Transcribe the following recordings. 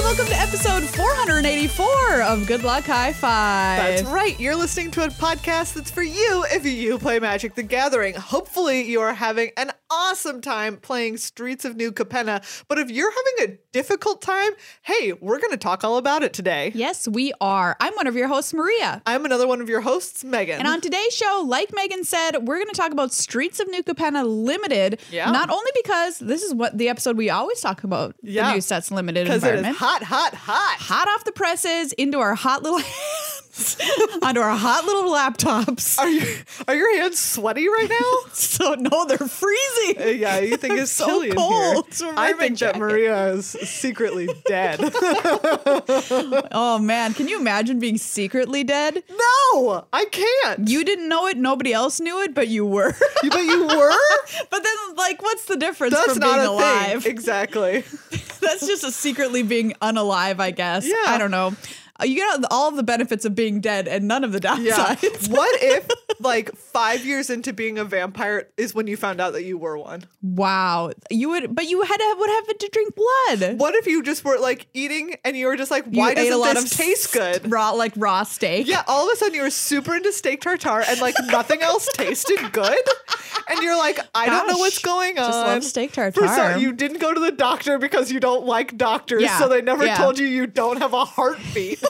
episode 484 of Good Luck High Five. That's right. You're listening to a podcast that's for you if you play Magic the Gathering. Hopefully, you are having an awesome time playing Streets of New Capenna. But if you're having a difficult time, hey, we're going to talk all about it today. Yes, we are. I'm one of your hosts, Maria. I'm another one of your hosts, Megan. And on today's show, like Megan said, we're going to talk about Streets of New Capenna Limited. Yeah. Not only because this is what the episode we always talk about, Yeah. the new sets limited because it is environment. hot, hot, hot. hot off the presses into our hot little hands, onto our hot little laptops. Are, you, are your hands sweaty right now? So no, they're freezing. Uh, yeah, you think it's so chilly in here. cold. It's a I ribbon think that jacket. Maria is secretly dead. Oh man, can you imagine being secretly dead? no, I can't. You didn't know it, nobody else knew it, but you were. You- but you were? but then, like, what's the difference That's from not being a alive? thing. Exactly. That's just a secretly being unalive, I guess. Yeah. I don't know. Uh, You get all of the benefits of being dead and none of the Yeah. downsides. what if like five years into being a vampire is when you found out that you were one? Wow, you would, but you had to would have to drink blood. What if you just were like eating and you were just like, You why ate doesn't a lot this of taste good? raw, like raw steak. Yeah, all of a sudden you were super into steak tartare and like nothing else tasted good. And you're like, I don't know Gosh, what's going on. just love steak For some- tartare. you didn't go to the doctor because you don't like doctors, Yeah, so they never yeah. told you you don't have a heartbeat.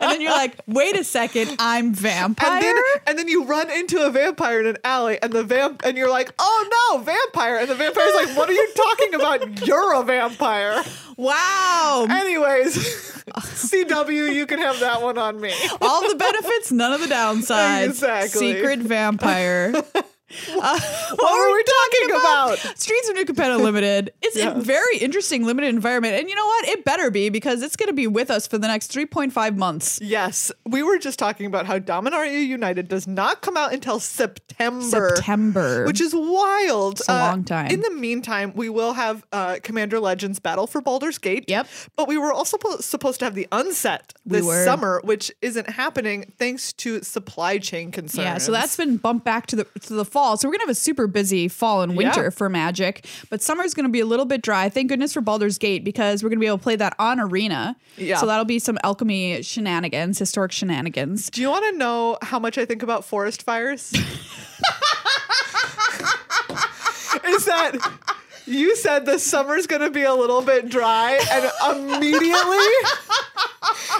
and then you're like, wait a second, I'm vampire. And then, and then you run into a vampire in an alley, and the vamp, and you're like, "Oh no, vampire!" And the vampire's like, "What are you talking about? You're a vampire." wow, Anyways, CW, you can have that one on me. all the benefits, none of the downsides. Exactly. Secret vampire. Uh, what What were were we talking about? Streets of New Capenna Limited. It's a Yes. very interesting limited environment. And you know what? It better be because it's going to be with us for the next 3.5 months. Yes, we were just talking about how Dominaria United does not come out until September. September. Which is wild. a Uh, long time. In the meantime, we will have uh, Commander Legends Battle for Baldur's Gate. Yep. But we were also po- supposed to have the Unset We this were. summer, which isn't happening thanks to supply chain concerns. Yeah, so that's been bumped back to the to the fall. So we're gonna have a super busy fall and winter Yeah. for Magic, but summer's gonna be a little bit dry. Thank goodness for Baldur's Gate because we're gonna be able to play that on Arena. Yeah. So that'll be some alchemy shenanigans, historic shenanigans. Do you want to know how much I think about forest fires? Is that you said the summer's going to be a little bit dry and immediately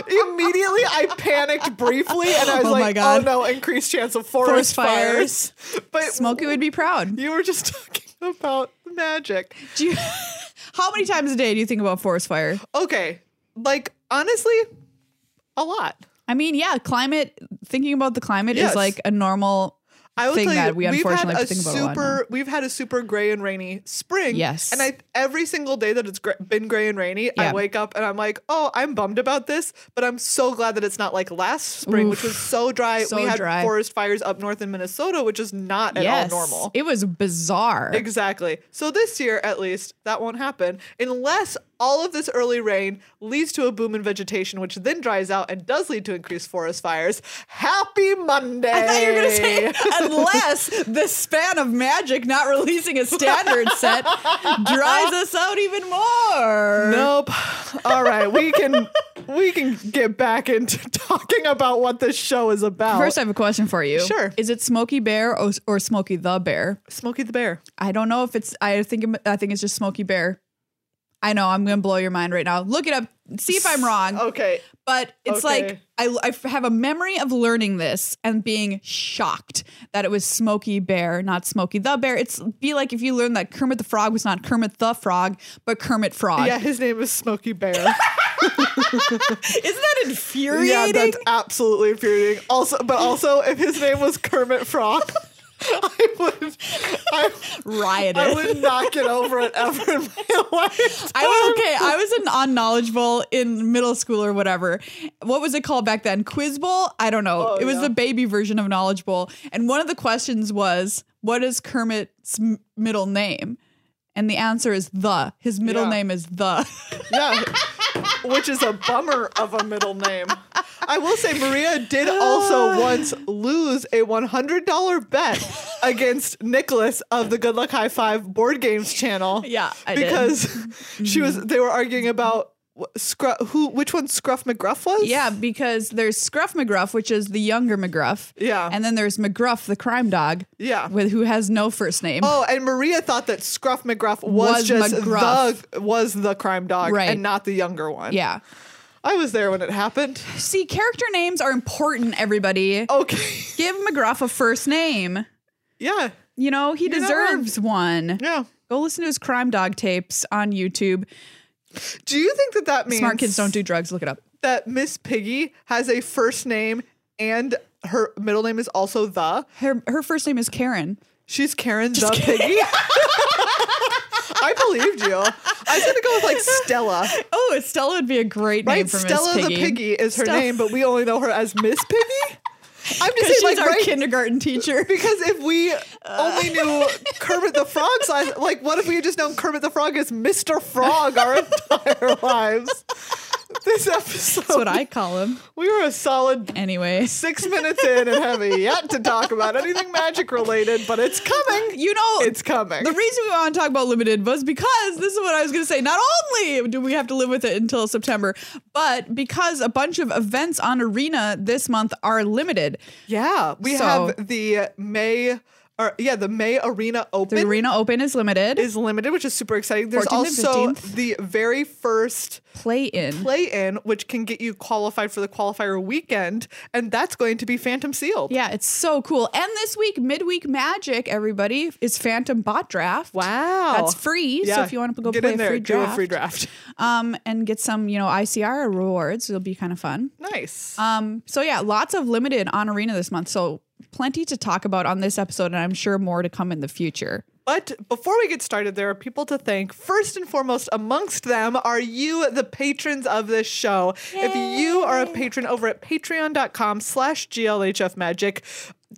immediately I panicked briefly and I was Oh my like God. oh no increased chance of Forest forest, fires. fires. But Smokey would be proud. you were just talking about magic. Do you, how many times a day do you think about forest fire? Okay. Like honestly a lot. I mean, yeah, climate. Thinking about the climate is Yes. like a normal. I will thing tell you, that we we've unfortunately had have to a think about a lot now. super, we've had a super gray and rainy spring. Yes. and I every single day that it's gr- been gray and rainy, Yeah. I wake up and I'm like, oh, I'm bummed about this, but I'm so glad that it's not like last spring, which was so dry. So we had dry. forest fires up north in Minnesota, which is not at yes, all normal. it was bizarre. Exactly. So this year, at least, that won't happen unless all of this early rain leads to a boom in vegetation, which then dries out and does lead to increased forest fires. Happy Monday! I thought you were going to say, unless the span of magic not releasing a standard set dries us out even more. Nope. All right, we can we can get back into talking about what this show is about. First, I have a question for you. Sure. Is it Smokey Bear or, or Smokey the Bear? Smokey the Bear. I don't know if it's. I think. I think it's just Smokey Bear. I know. I'm going to blow your mind right now. Look it up. See if I'm wrong. Okay. But it's like Okay. I, I f- have a memory of learning this and being shocked that it was Smokey Bear, not Smokey the Bear. It's be like if you learned that Kermit the Frog was not Kermit the Frog, but Kermit Frog. Yeah, his name is Smokey Bear. Isn't that infuriating? yeah, that's absolutely infuriating. Also, but also, if his name was Kermit Frog, I would, I, Riotous. I would not get over it ever in my life. I was okay. I was an unknowledgeable in middle school or whatever. What was it called back then? Quiz Bowl? I don't know. Oh, it was yeah. the baby version of Knowledge Bowl. And one of the questions was, "What is Kermit's m- middle name?" And the answer is the. His middle Yeah. name is the. Yeah, which is a bummer of a middle name. I will say Maria did also once lose a $100 bet against Nicholas of the Good Luck High Five board games channel. yeah, I did. Mm-hmm. because she was they were arguing about wh- Scruff, who, which one Scruff McGruff was? Yeah, because there's Scruff McGruff, which is the younger McGruff. Yeah. And then there's McGruff, the crime dog. Yeah. With who has no first name. Oh, and Maria thought that Scruff McGruff Was was, just McGruff. the was the crime dog Right. and not the younger one. Yeah. I was there when it happened. See, character names are important, everybody. Oh. Okay. Give McGruff a first name. yeah. You know, he not wrong. deserves one. Yeah. Go listen to his crime dog tapes on YouTube. Do you think that that means Smart kids don't do drugs. Look it up. that Miss Piggy has a first name and her middle name is also the? Her her first name is Karen. She's Karen the Piggy. I believed you. I was gonna go with like Stella. Oh, Stella would be a great name Right? for Stella Miss the Piggy is her Stella- name, but we only know her as Miss Piggy. I'm Because just saying, she's like, our Uh. right kindergarten teacher. Because if we only knew Kermit the Frog's life, like, what if we had just known Kermit the Frog as Mr. Frog our entire lives? This episode, That's what I call him. we were a solid Anyway. six minutes in and have yet to talk about anything magic related, but it's coming. You know, It's coming. The reason we want to talk about limited was because this is what I was going to say. Not only do we have to live with it until September, but because a bunch of events on Arena this month are limited. yeah, we So- have the May, or yeah, the May Arena Open. The Arena Open is limited. is limited, which is super exciting. There's 14th and also 15th. the very first play in. play in, which can get you qualified for the qualifier weekend, and that's going to be Phantom Sealed. Yeah, it's so cool. And this week, midweek magic, everybody is Phantom Bot Draft. Wow. that's free. So Yeah. if you want to go get play in there, a free do draft, a free draft. um, and get some, you know, ICR rewards, it'll be kind of fun. Nice. Um, so yeah, lots of limited on Arena this month. So plenty to talk about on this episode, and I'm sure more to come in the future. But before we get started, there are people to thank. First and foremost, amongst them are you, the patrons of this show. If you are a patron over at patreon.com slash glhfmagic,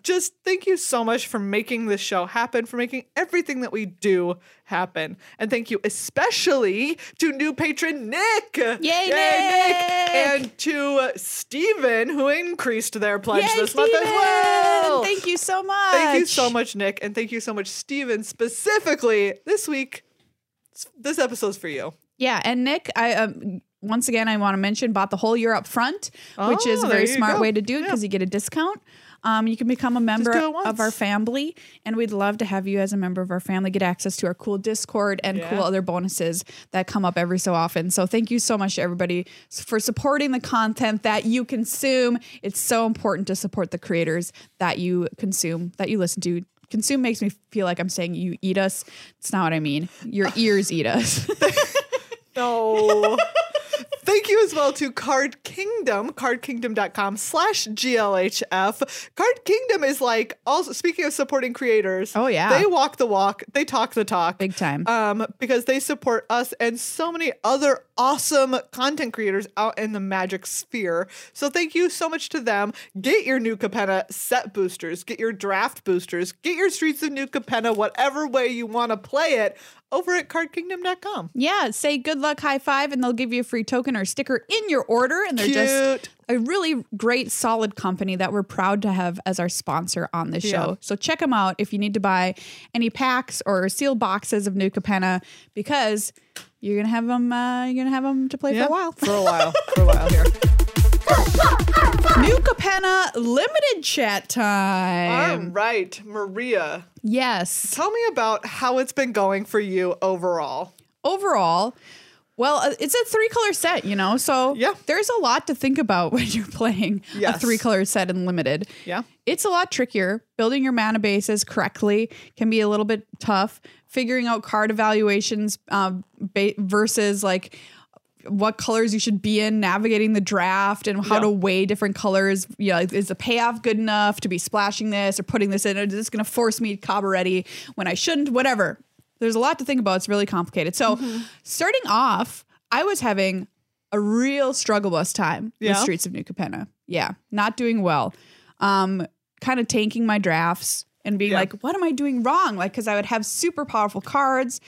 just thank you so much for making this show happen, for making everything that we do happen. And thank you especially to new patron Nick. Yay, Nick! And to Steven, who increased their pledge this month as well. Thank you so much. Thank you so much, Nick, and thank you so much, Steven, specifically this week. s- This episode's for you. Yeah, and Nick, I um, once again I want to mention bought the whole year up front, which is a Oh, very there you smart go. way to do it because you get a discount. Um, you can become a member do it of our once. family, and we'd love to have you as a member of our family get access to our cool Discord and Yeah. cool other bonuses that come up every so often. So thank you so much to everybody s- for supporting the content that you consume. It's so important to support the creators that you consume, that you listen to. Consume makes me feel like I'm saying you eat us. It's not what I mean. Your ears eat us. Oh. No. Thank you as well to Card Kingdom, cardkingdom.com slash GLHF. Card Kingdom is like also speaking of supporting creators. Oh, yeah. They walk the walk, they talk the talk. Big time. Um, because they support us and so many other awesome content creators out in the magic sphere. So thank you so much to them. Get your new Capenna set boosters, get your draft boosters, get your streets of new Capenna, whatever way you want to play it, over at cardkingdom.com. Yeah, say good luck, high five, and they'll give you a free token or sticker in your order. And they're just Cute. a really great, solid company that we're proud to have as our sponsor on this Yeah. show. So check them out if you need to buy any packs or sealed boxes of New Capenna because you're gonna have them. Uh, you're gonna have 'em to play for a while. For a while. For a while here. New Capenna limited chat All time. right, Maria. yes. Tell me about how it's been going for you overall. Overall. Well, uh, it's a three color set, you know, so Yeah. there's a lot to think about when you're playing a Yes. three color set in limited. Yeah. It's a lot trickier. Building your mana bases correctly can be a little bit tough. Figuring out card evaluations um, ba- versus like what colors you should be in, navigating the draft and how Yeah. to weigh different colors. You know, is the payoff good enough to be splashing this or putting this in? Or is this going to force me Cabaretti when I shouldn't? Whatever. There's a lot to think about. It's really complicated. So, Mm-hmm. starting off, I was having a real struggle bus time in the Yeah. streets of New Capenna. Yeah, not doing well. Um, kind of tanking my drafts and being Yeah. like, what am I doing wrong? Like, because I would have super powerful cards.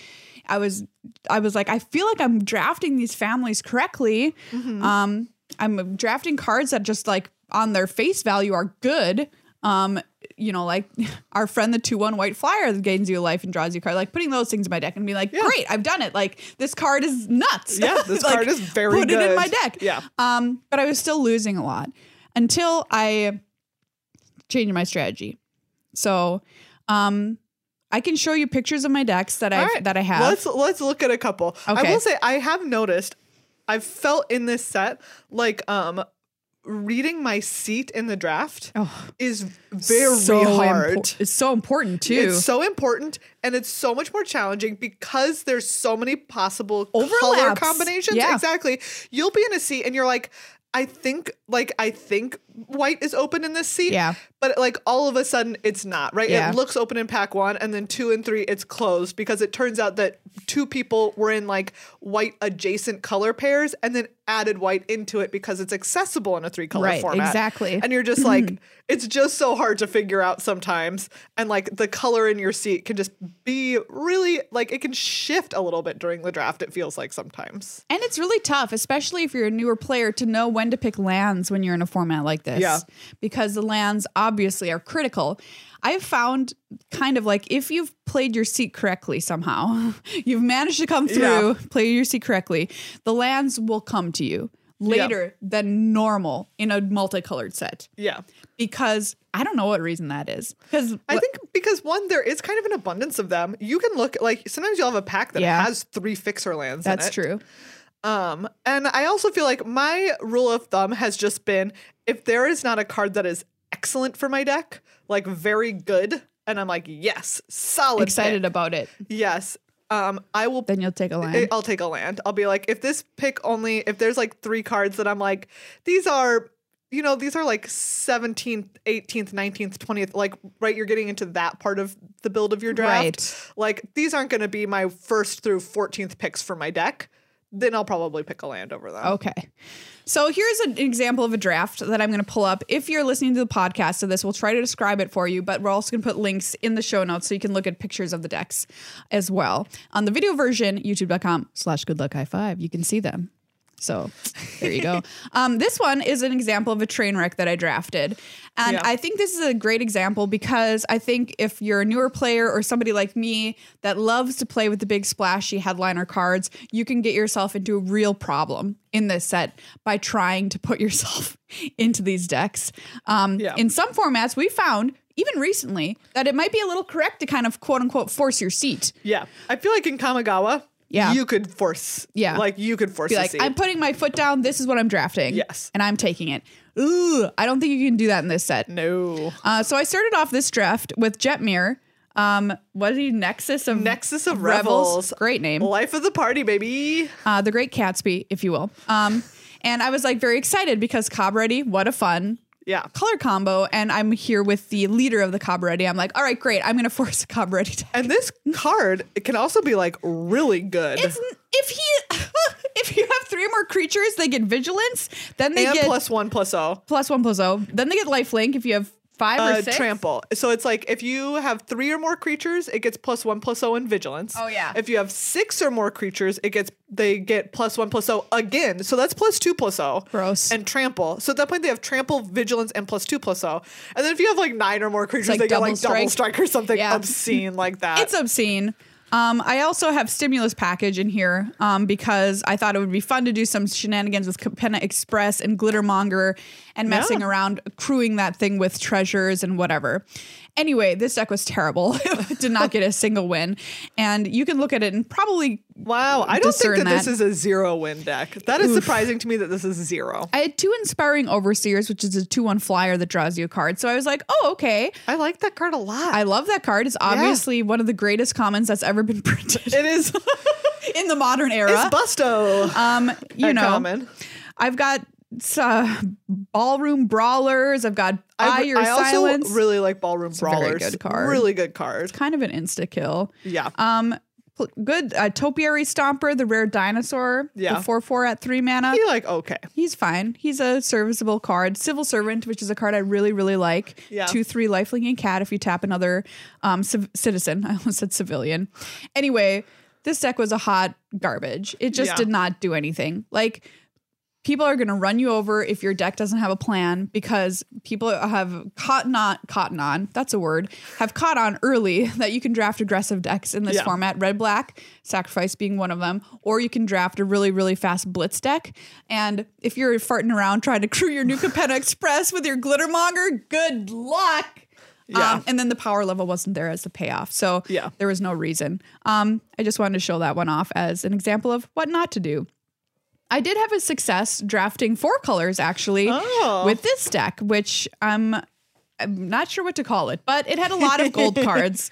I was, I was like, I feel like I'm drafting these families correctly. Mm-hmm. Um, I'm drafting cards that just like on their face value are good. Um, you know, like our friend the two one white flyer that gains you a life and draws you a card, like putting those things in my deck and be like, great, I've done it. Like this card is nuts. Yeah, this card is very put it in good. my deck. Yeah. Um, but I was still losing a lot until I changed my strategy. So um I can show you pictures of my decks that I All right, that I have. Let's let's look at a couple. I Okay. will say I have noticed I've felt in this set like um reading my seat in the draft Oh, is very So hard. impor- it's so important too. It's so important and it's so much more challenging because there's so many possible color Overlaps. combinations. Yeah. Exactly. You'll be in a seat and you're like, I think like I think white is open in this seat. Yeah. But like all of a sudden it's not, right? Yeah. It looks open in pack one and then two and three it's closed because it turns out that two people were in like white adjacent color pairs and then added white into it because it's accessible in a three color Right, format. exactly. And you're just like, it's just so hard to figure out sometimes. And like the color in your seat can just be really like it can shift a little bit during the draft, it feels like sometimes. And it's really tough, especially if you're a newer player, to know when to pick lands when you're in a format like this. Yeah. Because the lands obviously are critical. I've found kind of like if you've played your seat correctly somehow, you've managed to come through, Yeah. play your seat correctly, the lands will come to you later than normal in a multicolored set. Yeah. Because I don't know what reason that is. Because I think because one, there is kind of an abundance of them. You can look like sometimes you'll have a pack that Yeah. has three fixer lands. in that's it. true. Um, and I also feel like my rule of thumb has just been if there is not a card that is excellent for my deck, like very good, and I'm like, yes, solid. Excited pick. about it. Yes. Um, I will Then you'll take a land. I- I'll take a land. I'll be like, if this pick only, if there's like three cards that I'm like, these are, you know, these are like 17th, 18th, 19th, 20th, like, right, you're getting into that part of the build of your draft. Right. Like, these aren't going to be my first through 14th picks for my deck. Then I'll probably pick a land over them. Okay. So here's an example of a draft that I'm going to pull up. If you're listening to the podcast of this, we'll try to describe it for you, but we're also going to put links in the show notes so you can look at pictures of the decks as well. On the video version, youtube.com slash good luck high five, you can see them. So there you go. um, this one is an example of a train wreck that I drafted. And Yeah. I think this is a great example because I think if you're a newer player or somebody like me that loves to play with the big splashy headliner cards, you can get yourself into a real problem in this set by trying to put yourself into these decks. Um, Yeah. In some formats, we found, even recently, that it might be a little correct to kind of quote unquote force your seat. Yeah. I feel like in Kamigawa, Yeah. you could force, Yeah. like, you could force be a like, seed. I'm putting my foot down. This is what I'm drafting. Yes. And I'm taking it. Ooh, I don't think you can do that in this set. no. Uh, so I started off this draft with Jetmir. Um, what is he? Nexus of Nexus of Revels. Great name. Life of the party, baby. Uh, the Great Catsby, if you will. Um, and I was like very excited because Cobretti, what a fun Yeah. color combo. And I'm here with the leader of the Cobretti. I'm like, all right, great. I'm going to force a Cobretti. to- And this card it can also be like really good. It's, if he, if you have three or more creatures, they get vigilance. Then they and get plus one plus O. plus one plus O. Then they get lifelink if you have five Uh, or six. trample. So it's like if you have three or more creatures, it gets plus one plus O in vigilance. Oh, yeah. If you have six or more creatures, it gets they get plus one plus O again. So that's plus two plus O. Gross. And trample. So at that point they have trample, vigilance, and plus two plus O. And then if you have like nine or more creatures, like they get double like double strike. strike or something Yeah. obscene like that. It's obscene. Um, I also have stimulus package in here um, because I thought it would be fun to do some shenanigans with Capenna Express and Glittermonger and messing Yeah. around, crewing that thing with treasures and whatever. Anyway, this deck was terrible. it did not get a single win, and you can look at it and probably wow. I don't think discern that, this that. is a zero win deck. That is surprising to me that this is zero. I had two inspiring overseers, which is a two-one flyer that draws you a card. So I was like, oh okay, I like that card a lot. I love that card. It's obviously one of the greatest commons that's ever been printed it is in the modern era. It's Busto. Um, you and know, common. I've got uh, ballroom brawlers. I've got I, your silence. also really like Ballroom a very Brawlers. good card. Really good card. kind of an insta kill. Yeah. Um, pl- good uh, topiary stomper, the rare dinosaur. Yeah. the four four at three mana. Be like, okay. He's fine. He's a serviceable card. Civil Servant, which is a card I really, really like. Yeah. Two, three, lifelink and cat if you tap another um, civ- citizen. I almost said civilian. Anyway, this deck was a hot garbage. It just Yeah. did not do anything. Like, people are going to run you over if your deck doesn't have a plan because people have cotton on, cotton on, that's a word, have caught on early that you can draft aggressive decks in this Yeah. format, red black, sacrifice being one of them, or you can draft a really, really fast blitz deck. And if you're farting around trying to crew your new Capenna Express with your Glittermonger, good luck. Yeah. Um, and then the power level wasn't there as the payoff. So Yeah. there was no reason. Um, I just wanted to show that one off as an example of what not to do. I did have a success drafting four colors actually Oh. with this deck, which I'm, I'm not sure what to call it, but it had a lot of gold cards.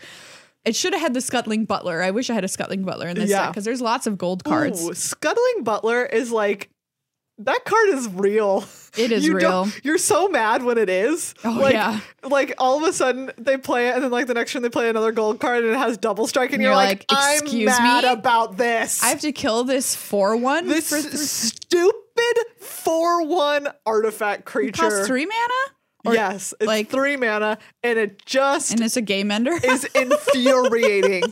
It should have had the Scuttling Butler. I wish I had a Scuttling Butler in this Yeah. deck because there's lots of gold cards. Ooh, Scuttling Butler is like that card is real. It is You don't- real. You're so mad when it is. Oh, like, yeah. Like all of a sudden they play it, and then like the next turn they play another gold card, and it has double strike, and, And you're, you're like, like, I'm "Excuse mad me? about this. I have to kill this 4 1. this stupid four-one artifact creature. costs three mana yes, it's like- three mana, and it just and it's a game ender. is infuriating.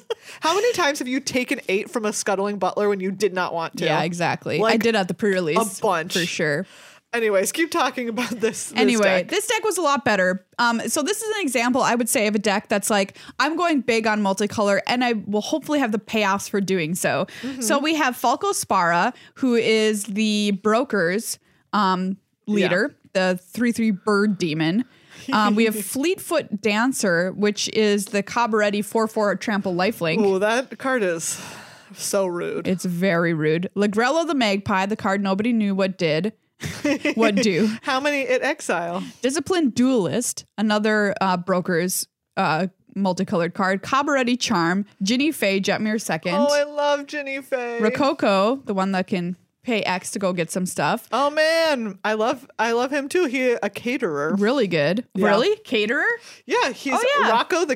How many times have you taken eight from a scuttling butler when you did not want to? Yeah, exactly. I Like, did at the pre-release a bunch. for sure. Anyways, keep talking about this. this anyway, deck. this deck was a lot better. Um, so this is an example I would say of a deck that's like I'm going big on multicolor, and I will hopefully have the payoffs for doing so. So Mm-hmm. we have Falco Spara, who is the brokers um, leader, the three three bird demon. Um, we have Fleetfoot Dancer, which is the Cabaretti four four trample lifelink. Ooh, that card is so rude. It's very rude. Lagrello the Magpie, the card nobody knew what did, what do. How many at exile? Disciplined Duelist, another uh, broker's uh, multicolored card. Cabaretti Charm, Ginny Faye, Jetmere Second. Oh, I love Ginny Faye. Rococo, the one that can pay X to go get some stuff. oh man, I love I love him too. He a caterer. Really good. Yeah. Really? Caterer? Yeah, he's Oh, yeah. Rocco the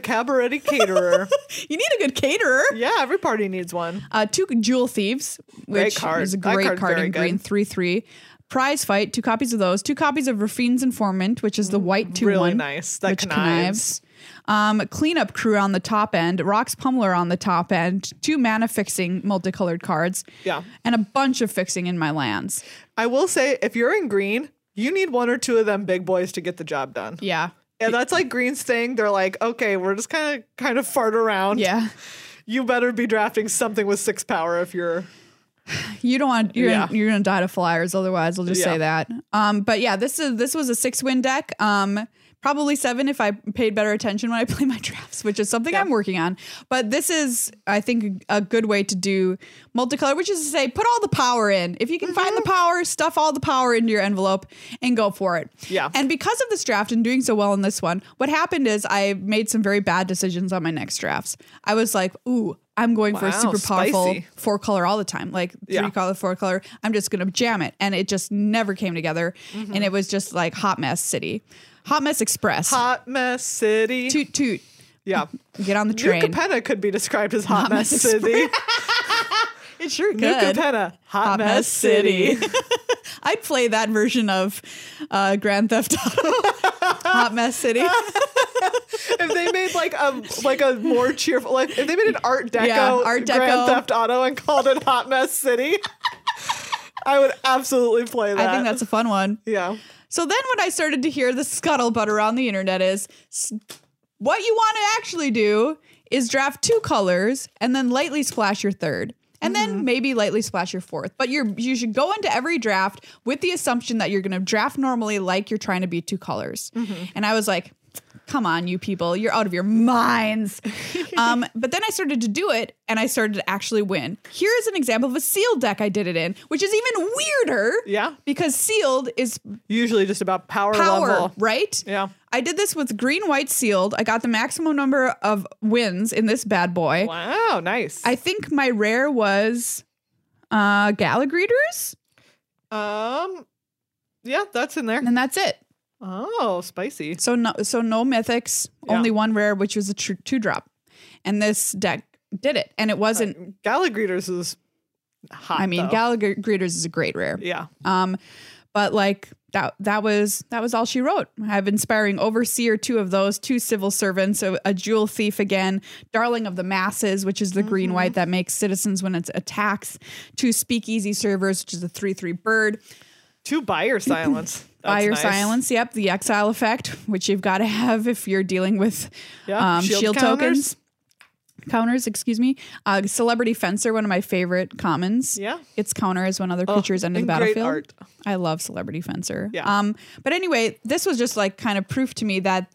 cabaret caterer. You need a good caterer. yeah, every party needs one. Uh, two Jewel Thieves, Great which card. is a That great card's card very in good. green, 3 3. Prize Fight, two copies of those. Two copies of Rafine's Informant, which is the white 2 Mm, really 1. nice. That which connives. connives. Um, cleanup crew on the top end, Rocks Pummeler on the top end, two mana fixing multicolored cards, Yeah. and a bunch of fixing in my lands. I will say, if you're in green, you need one or two of them big boys to get the job done. Yeah, And that's like Green's thing. They're like, okay, we're just kind of kind of fart around. yeah. You better be drafting something with six power if you're You don't want you're Yeah. gonna, you're gonna die to flyers. Otherwise, I'll just Yeah. say that. Um, but yeah, this is this was a six win deck. Um, probably seven if I paid better attention when I play my drafts, which is something I'm working on. But this is, I think, a good way to do multicolor, which is to say, put all the power in. If you can Mm-hmm. find the power, stuff all the power into your envelope and go for it. Yeah. And because of this draft and doing so well in this one, what happened is I made some very bad decisions on my next drafts. I was like, ooh. I'm going for a Wow, super powerful spicy. four color all the time, like three Yeah. color, four color. I'm just gonna jam it, and it just never came together, Mm-hmm. and it was just like hot mess city, hot mess express, hot mess city. toot toot, yeah. get on the New train. Capenna could be described as hot, mess, Mess city. It sure New could. Capenna, hot, Hot mess, mess city. city. I'd play that version of uh, Grand Theft Auto, hot mess city. if they made like a like a more cheerful, like if they made an Art Deco, Yeah, Art Grand Deco. Theft Auto, and called it Hot Mess City, I would absolutely play that. I think that's a fun one. yeah. So then when I started to hear the scuttlebutt around the internet is s- what you want to actually do is draft two colors and then lightly splash your third. And then maybe lightly splash your fourth. But you're you should go into every draft with the assumption that you're gonna draft normally like you're trying to be two colors. And I was like, come on, you people, you're out of your minds. um, but then I started to do it and I started to actually win. Here's an example of a sealed deck I did it in, which is even weirder. Yeah. Because sealed is Usually just about power, power, level. right? Yeah. I did this with green, white sealed. I got the maximum number of wins in this bad boy. Wow, nice. I think my rare was uh Gallagreeters, um, yeah, that's in there. and that's it. Oh, spicy. So no, so no mythics, Yeah. only one rare, which was a tr- two drop, and this deck did it. And it wasn't. Gallagreeters is hot. I mean, though. Gallagreeters is a great rare. yeah. Um, but like that that was that was all she wrote. I have inspiring overseer, two of those, two civil servants, a, a jewel thief again, darling of the masses, which is the green Mm-hmm. white that makes citizens when it's attacks, two speakeasy servers, which is a three three bird. To buyer silence. That's Buyer nice. silence. Yep, the exile effect, which you've got to have if you're dealing with Yeah, um, shield shield, counters. tokens. Counters, excuse me. Uh, Celebrity Fencer, one of my favorite commons. Yeah. Oh, Its counter is when other creatures enter the and great battlefield. art. I love Celebrity Fencer. Yeah. Um, but anyway, this was just like kind of proof to me that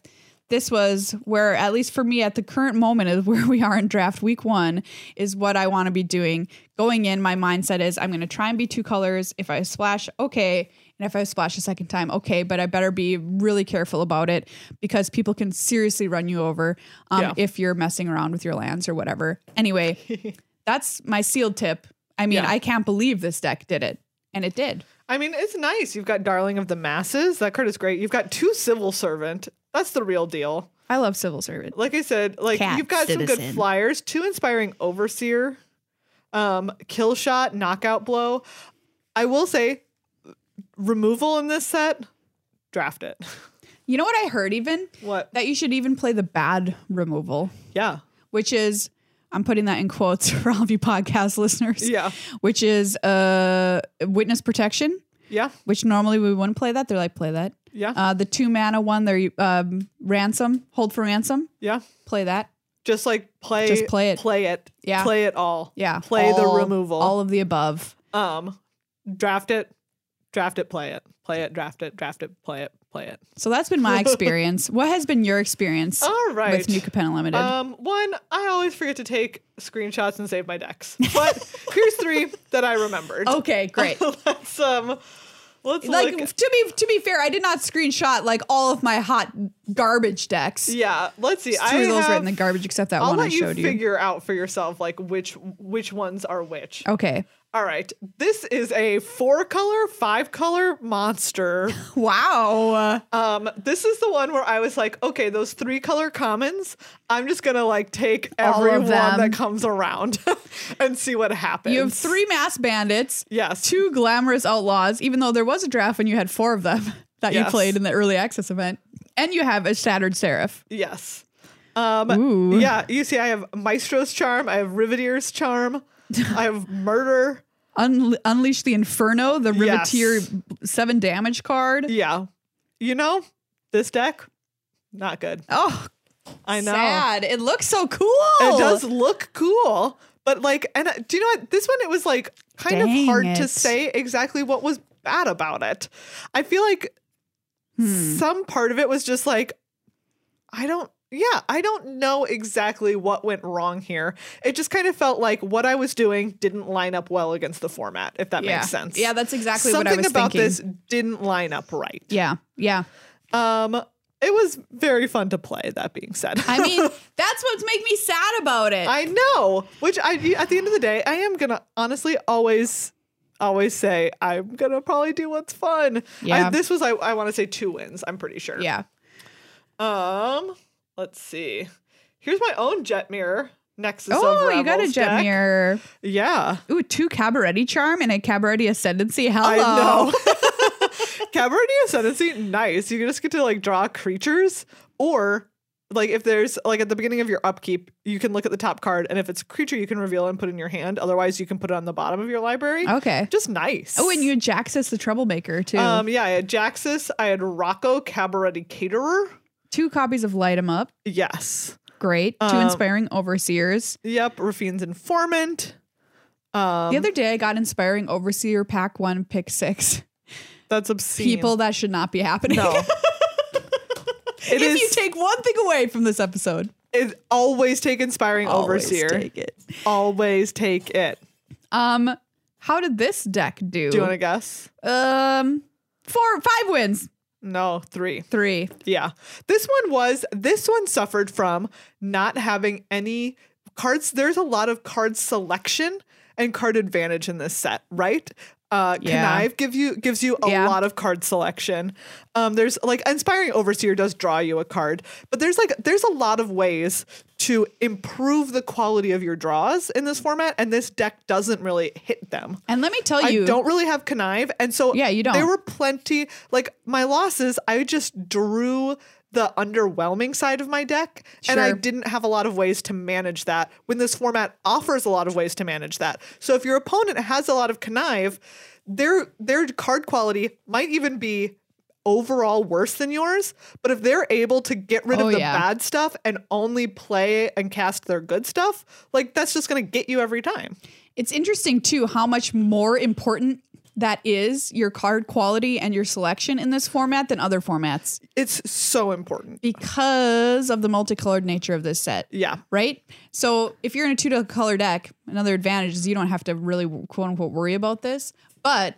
this was where, at least for me at the current moment of where we are in draft week one, is what I want to be doing. Going in, my mindset is I'm going to try and be two colors. If I splash, okay. And if I splash a second time, okay. But I better be really careful about it because people can seriously run you over um, Yeah. if you're messing around with your lands or whatever. Anyway, that's my sealed tip. I mean, Yeah. I can't believe this deck did it. And it did. I mean, it's nice. You've got Darling of the Masses. That card is great. You've got two Civil Servant. That's the real deal. I love civil servant. Like I said, like Cat you've got some good citizen. flyers. Two Inspiring Overseer, um, Kill Shot, Knockout Blow. I will say, removal in this set, draft it. You know what I heard even? What? That you should even play the bad removal, Yeah. which is I'm putting that in quotes for all of you podcast listeners. Yeah. Which is uh witness protection, Yeah. which normally we wouldn't play that. They're like, play that. Yeah. Uh the two mana one, they're um ransom, hold for ransom, yeah. play that. Just like play Just play it. Play it. Yeah. Play it all. Yeah. Play all- the removal. All of the above. um draft it, draft it, play it. Play it, draft it, draft it, play it, play it. So that's been my experience. what has been your experience All right. with New Capenna Limited? Um, one, I always forget to take screenshots and save my decks. But here's three that I remembered. okay, great. let's um, let's Oh. like look. to be to be fair, I did not screenshot like all of my hot garbage decks. Yeah, let's see. I Threw those right have, in the garbage except that I'll one let I you showed you. figure out for yourself like which which ones are which. Okay. All right, this is a four color, five color monster. Wow. Um, this is the one where I was like, okay, those three color commons, I'm just gonna like take All of everyone that them. comes around and see what happens. You have three mass bandits, Yes. two glamorous outlaws, even though there was a draft when you had four of them that Yes. you played in the early access event. And you have a shattered serif. Yes. Um, Ooh. Yeah, you see, I have Maestro's Charm, I have Riveteer's Charm, I have Murder. Unle Unleash the Inferno, the Yes. Riveteer seven damage card. Yeah. You know, this deck, not good. Oh, I know. sad. It looks so cool. It does look cool, but like, and uh, do you know what? This one, it was like kind of Dang hard to it. say exactly what was bad about it. I feel like Hmm. some part of it was just like, I don't. Yeah, I don't know exactly what went wrong here. It just kind of felt like what I was doing didn't line up well against the format, if that yeah. makes sense. Yeah, that's exactly Something what I was about thinking. this didn't line up right. Yeah, yeah. Um, it was very fun to play. That being said, I mean, that's what's make me sad about it. I know. Which I at the end of the day, I am gonna honestly always always say I'm gonna probably do what's fun. I- Yeah. this was I, I want to say two wins. I'm pretty sure. yeah. Um. Let's see. Here's my own jet mirror. Nexus. of Oh, you got a Rebels jet deck. mirror. Yeah. Ooh, two cabaretti charm and a cabaretti ascendancy. Hello. I know. Cabaret Ascendancy, nice. You just get to like draw creatures or like if there's like at the beginning of your upkeep, you can look at the top card and if it's a creature you can reveal and put in your hand. Otherwise you can put it on the bottom of your library. Okay. Just nice. Oh, and you had Jaxus the troublemaker too. um yeah, I had Jaxus, I had Rocco Cabaret Caterer. two copies of Light 'em Up. Yes. Great. Two Um, inspiring overseers. Yep, Rafine's informant. Um the other day, I got inspiring overseer pack one, pick six. that's obscene. People that should not be happening. No. if It is. you take one thing away from this episode, it- always take inspiring always overseer. take it. Always take it. Um, how did this deck do? Do you want to guess? um, four, five wins, No, three. three. Yeah. This one was, this one suffered from not having any cards. There's a lot of card selection and card advantage in this set, right? Uh, Yeah. Connive give you gives you a Yeah. lot of card selection. Um, there's like Inspiring Overseer does draw you a card, but there's like there's a lot of ways to improve the quality of your draws in this format, and this deck doesn't really hit them. And let me tell you, I don't really have connive, and so Yeah, you don't. There were plenty like my losses. I just drew the underwhelming side of my deck, and I Sure. didn't have a lot of ways to manage that. When this format offers a lot of ways to manage that, so if your opponent has a lot of connive, their their card quality might even be overall worse than yours but if they're able to get rid Oh, of the yeah. bad stuff and only play and cast their good stuff like that's just going to get you every time It's interesting too how much more important that is your card quality and your selection in this format than other formats it's so important because of the multicolored nature of this set. yeah Right? So if you're in a two color deck, another advantage is you don't have to really quote unquote worry about this, but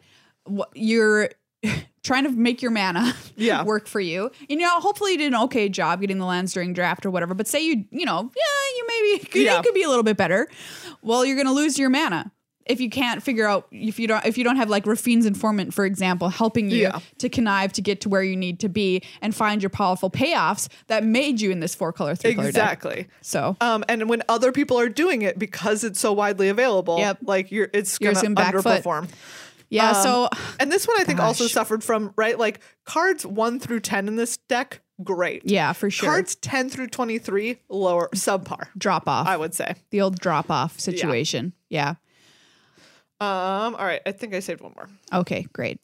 wh- you're trying to make your mana Yeah. work for you. You know, hopefully you did an okay job getting the lands during draft or whatever, but say you, you know, yeah, you maybe could, Yeah. it could be a little bit better. Well, you're going to lose your mana. If you can't figure out if you don't if you don't have like Rafine's informant, for example, helping you Yeah. to connive to get to where you need to be and find your powerful payoffs that made you in this four color, three color deck. exactly So um, and when other people are doing it because it's so widely available Yep. like you're it's You're going to in back foot. underperform Yeah, Um, so and this one I think also Gosh. suffered from right like cards one through ten in this deck great yeah, for sure. cards ten through twenty three lower subpar drop off. I would say the old drop off situation. Yeah. um all right I think I saved one more Okay, great.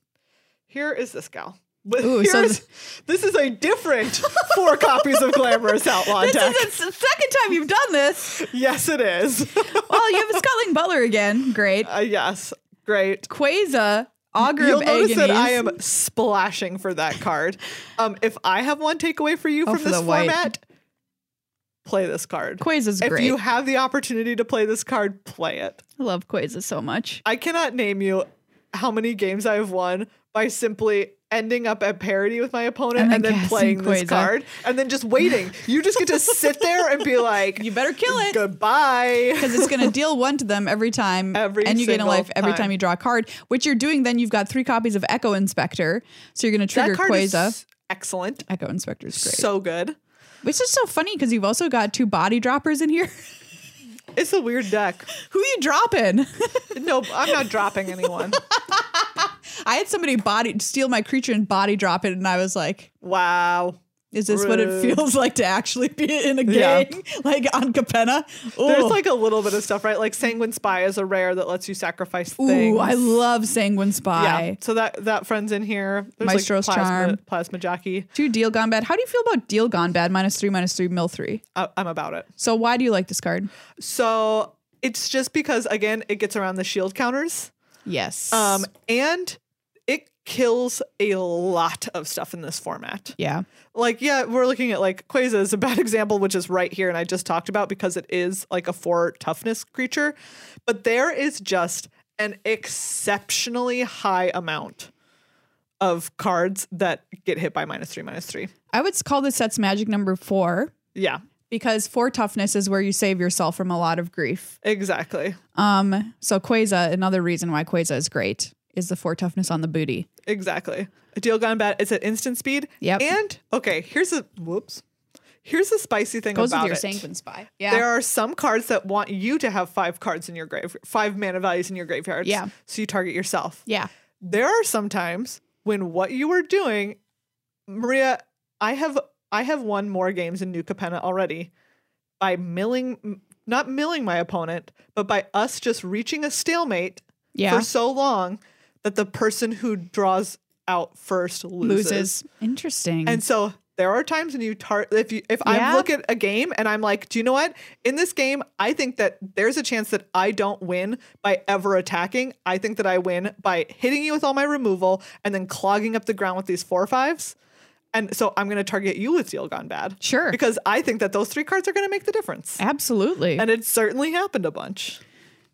here is this gal But Ooh, so here's- this is a different four copies of Glamorous Outlaw deck is the second time you've done this. yes it is Well, you have a Scotland Butler again. Great. uh, yes great Quaza, Augur You'll of notice that I Agonies. am splashing for that card. Um, if I have one takeaway for you from Oh, for this the white. format, play this card. Quaza's if great. you have the opportunity to play this card, play it. I love Quaza so much. I cannot name you how many games I have won by simply ending up at parity with my opponent And and, then then casting playing this Quasar. card and then just waiting. You just get to sit there and be like, You better kill it. Goodbye. Because it's going to deal one to them every time. Every and you gain a single life every time. time you draw a card, which you're doing. Then you've got three copies of Echo Inspector. So you're going to trigger That card Quaza. is excellent. Echo Inspector's great. So good. which is so funny because you've also got two body droppers in here. It's a weird deck. Who you dropping? No, I'm not dropping anyone. I had somebody body steal my creature and body drop it, and I was like, Wow. "Is this what it Rude. feels like to actually be in a Yeah. gang like on Capenna?" There's Ooh. like a little bit of stuff, right? Like Sanguine Spy is a rare that lets you sacrifice things. ooh, I love Sanguine yeah. Spy. So that that friend's in here. There's Maestro's like plasma, Charm. plasma jockey. Two deal gone bad. How do you feel about deal gone bad? Minus three, minus three, mill three. I, I'm about it. So why do you like this card? So it's just because again it gets around the shield counters, Yes. um, and it kills a lot of stuff in this format. yeah. Like yeah, we're looking at like Quaza is a bad example, which is right here, and I just talked about because it is like a four toughness creature, but there is just an exceptionally high amount of cards that get hit by minus three, minus three. I would call this set's magic number four Yeah, because four toughness is where you save yourself from a lot of grief. exactly, Um, so Quaza, another reason why Quaza is great is the four toughness on the booty. exactly. A deal gone bad. It's at instant speed. Yep. And okay, here's a whoops. Here's the spicy thing Goes about with your it. sanguine spy. Yeah. There are some cards that want you to have five cards in your grave, five mana values in your graveyards. Yeah. So you target yourself. yeah. there are some times when what you are doing maria i have i have won more games in new capenna already by milling m- not milling my opponent but by us just reaching a stalemate Yeah. for so long that the person who draws out first loses, loses. Interesting. and so there are times when you tar- if you if Yeah. I look at a game and I'm like, do you know what? In this game, I think that there's a chance that I don't win by ever attacking. I think that I win by hitting you with all my removal and then clogging up the ground with these four fives. And so I'm going to target you with deal gone bad. Sure. Because I think that those three cards are going to make the difference. Absolutely. And it certainly happened a bunch.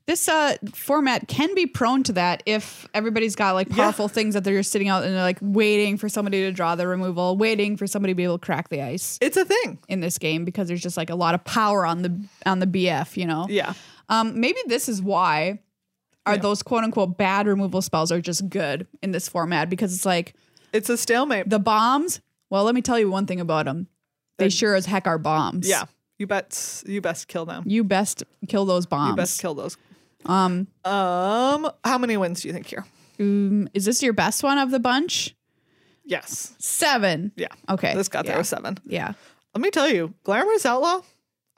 this uh format can be prone to that if everybody's got like powerful things that they're just sitting out and they're like waiting for somebody to draw the removal, waiting for somebody to be able to crack the ice It's a thing. in this game because there's just like a lot of power on the on the BF, you know? Yeah. Um, maybe this is why are those quote unquote bad removal spells are just good in this format because it's like It's a stalemate. the bombs. Well, let me tell you one thing about them. They sure as heck are bombs. yeah. You bet you best kill them. You best kill those bombs. You best kill those. Um um how many wins do you think here? Um, is this your best one of the bunch? Yes. Seven. Yeah. Okay. This got yeah. there with seven. Yeah. Let me tell you, Glamorous Outlaw,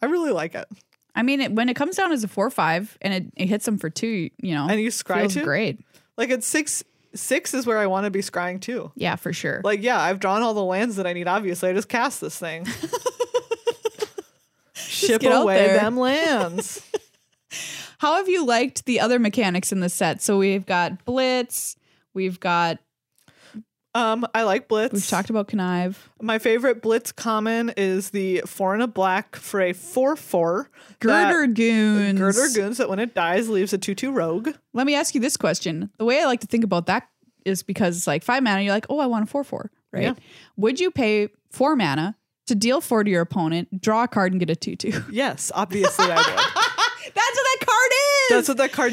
I really like it. I mean, it, when it comes down as a four five and it, it hits them for two, you know, And you scry feels two? great. Like at six, six is where I want to be scrying too. Yeah, for sure. Like, yeah, I've drawn all the lands that I need. Obviously, I just cast this thing. Ship get out away there. them lands. How have you liked the other mechanics in the set? So we've got Blitz, we've got um, I like Blitz. we've talked about Connive. My favorite Blitz common is the four and a black for a four four Girder that, goons. girder goons that when it dies leaves a two two rogue. Let me ask you this question. The way I like to think about that is because like five mana, you're like, oh, I want a four four, right? Yeah. Would you pay four mana to deal four to your opponent, draw a card, and get a two two? That's what Yes, obviously I would. that card is. That's what that card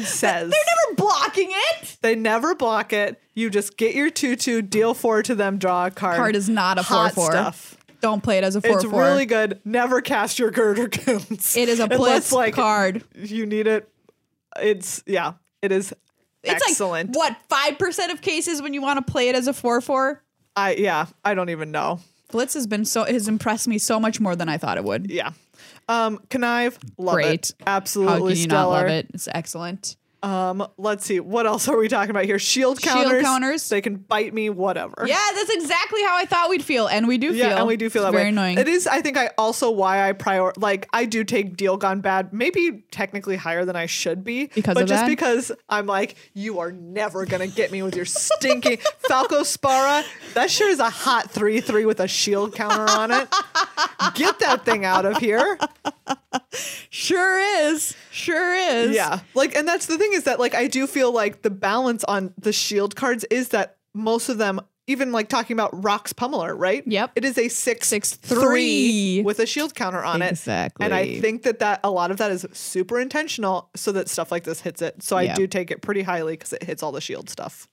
says. They're never blocking it. they never block it. You just get your two two, deal four to them, draw a card. Card is not a four Hot four. stuff. Don't play it as a four It's four. really good. Never cast your girder goons. it is a Unless, blitz like, card. You need it. It's yeah. It is It's excellent. like what five percent of cases when you want to play it as a four four. I yeah. I don't even know. Blitz has been so has impressed me so much more than I thought it would. Yeah. Um, connive. Love Great. it. Absolutely How can you stellar. not love it? It's excellent. Um, let's see. What else are we talking about here? Shield Shield counters. counters. They can bite me. Whatever. Yeah, that's exactly how I thought we'd feel, and we do Yeah, feel. and we do feel It's that very way. annoying. It is, I think, I also why I prior like I do take deal gone bad, maybe technically higher than I should be, Because but of just that? because I'm like, you are never gonna get me with your stinking Falco Spara. That sure is a hot three three with a shield counter on it. Get that thing out of here. Sure is. Sure is. Yeah. Like, and that's the thing is that, like, I do feel like the balance on the shield E cards is that most of them, even like talking about Rock's Pummeler, right? Yep. It is a six, Six, three three. with a shield E counter on Exactly. it. And I think that that a lot of that is super intentional so that stuff like this hits it. So Yeah. I do take it pretty highly because it hits all the shield E stuff.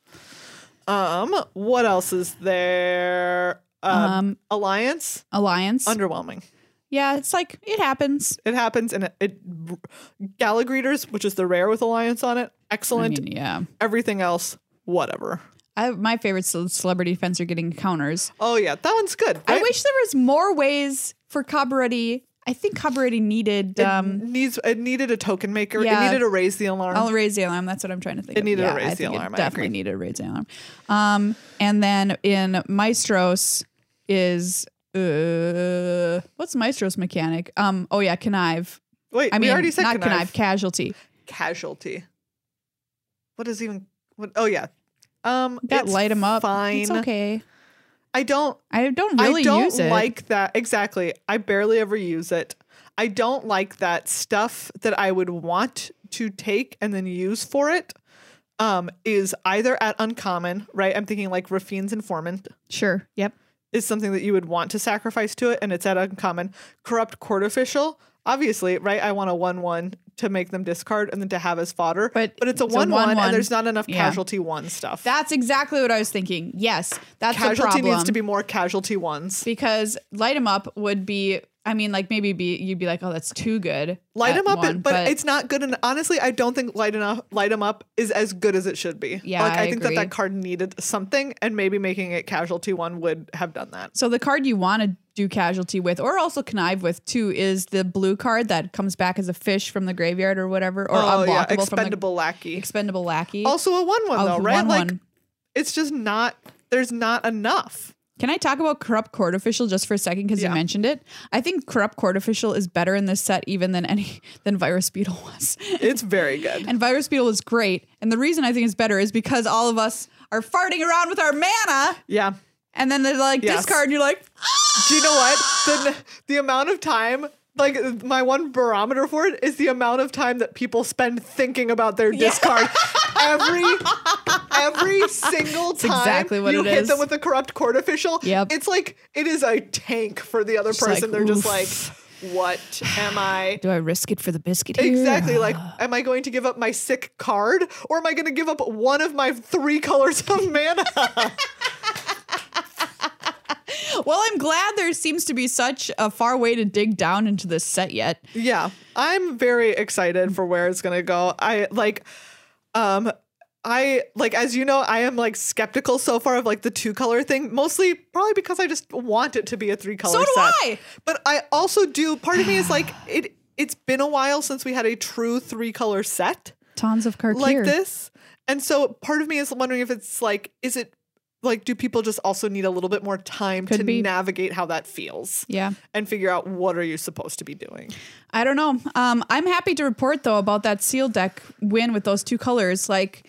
Um, what else is there? Um, Um, Alliance, alliance. underwhelming. yeah, it's like it happens. It happens, and it, it Gallagreeters, which is the rare with Alliance on it, I excellent. mean, yeah. everything else, whatever. I, my favorite ce- celebrity fans are getting counters. Oh yeah, that one's good. I right? wish there was more ways for Cabaretti. I think Cabaretti needed. it Um, needs it needed a token maker. Yeah. Oh, It needed to raise the alarm. I'll raise the alarm. That's what I'm trying to think. It of. needed to Yeah, raise I the think alarm. It I definitely agree. needed to raise the alarm. Um, and then in Maestros is uh, what's Maestros mechanic? Um, oh yeah, connive. Wait, I mean, we already said not connive. connive casualty. Casualty. What is even? What? Oh yeah. Um, That it's light him up. Fine. It's okay. I don't. I don't really I don't use it. like that exactly. I barely ever use it. I don't like that stuff that I would want to take and then use for it. Um, is either at uncommon, right? I'm thinking like Rafine's informant. sure. Yep. is something that you would want to sacrifice to it, and it's at uncommon. Corrupt court official, obviously, right? I want a one-one to make them discard and then to have as fodder. But but it's a it's a one-one, one-one. and there's not enough Yeah. casualty one stuff. That's exactly what I was thinking. Yes, that's the casualty problem. needs to be more casualty ones. because light him up would be. I mean, like maybe be you'd be like, oh, that's too good. Light at them up, one, but, it's not good. And honestly, I don't think light enough. Light them up is as good as it should be. Yeah, like I, I think agree. that that card needed something, and maybe making it casualty one would have done that. So the card you want to do casualty with, or also connive with too, is the blue card that comes back as a fish from the graveyard or whatever, or oh unblockable from yeah, the expendable lackey. expendable lackey. Also a one-one Oh, though, the right? one, like one. it's just not. There's not enough. Can I talk about corrupt court official just for a second because you Yeah. mentioned it? I think corrupt court official is better in this set even than any than virus beetle was. It's very good. and virus beetle is great, and the reason I think it's better is because all of us are farting around with our mana, Yeah. and then they're like Yes. discard, and you're like, Do you know what? The the amount of time like my one barometer for it is the amount of time that people spend thinking about their discard every every single time exactly what you it hit is. them with a corrupt court official. Yep. It's like it is a tank for the other like, person. They're just like, oof. what am I? do I risk it for the biscuit here? Exactly. Like, am I going to give up my sick card or am I going to give up one of my three colors of mana? Well, I'm glad there seems to be such a far way to dig down into this set yet. Yeah, I'm very excited for where it's gonna go. I like, um, I like as you know, I am like skeptical so far of like the two color thing, mostly probably because I just want it to be a three color. So do set. I. But I also do. Part of me is like it. It's been a while since we had a true three color set Tons of Karkir. like this. And so part of me is wondering if it's like, is it like, do people just also need a little bit more time Could to be. navigate how that feels Yeah. and figure out what are you supposed to be doing? I don't know. Um, I'm happy to report though about that seal deck win with those two colors. Like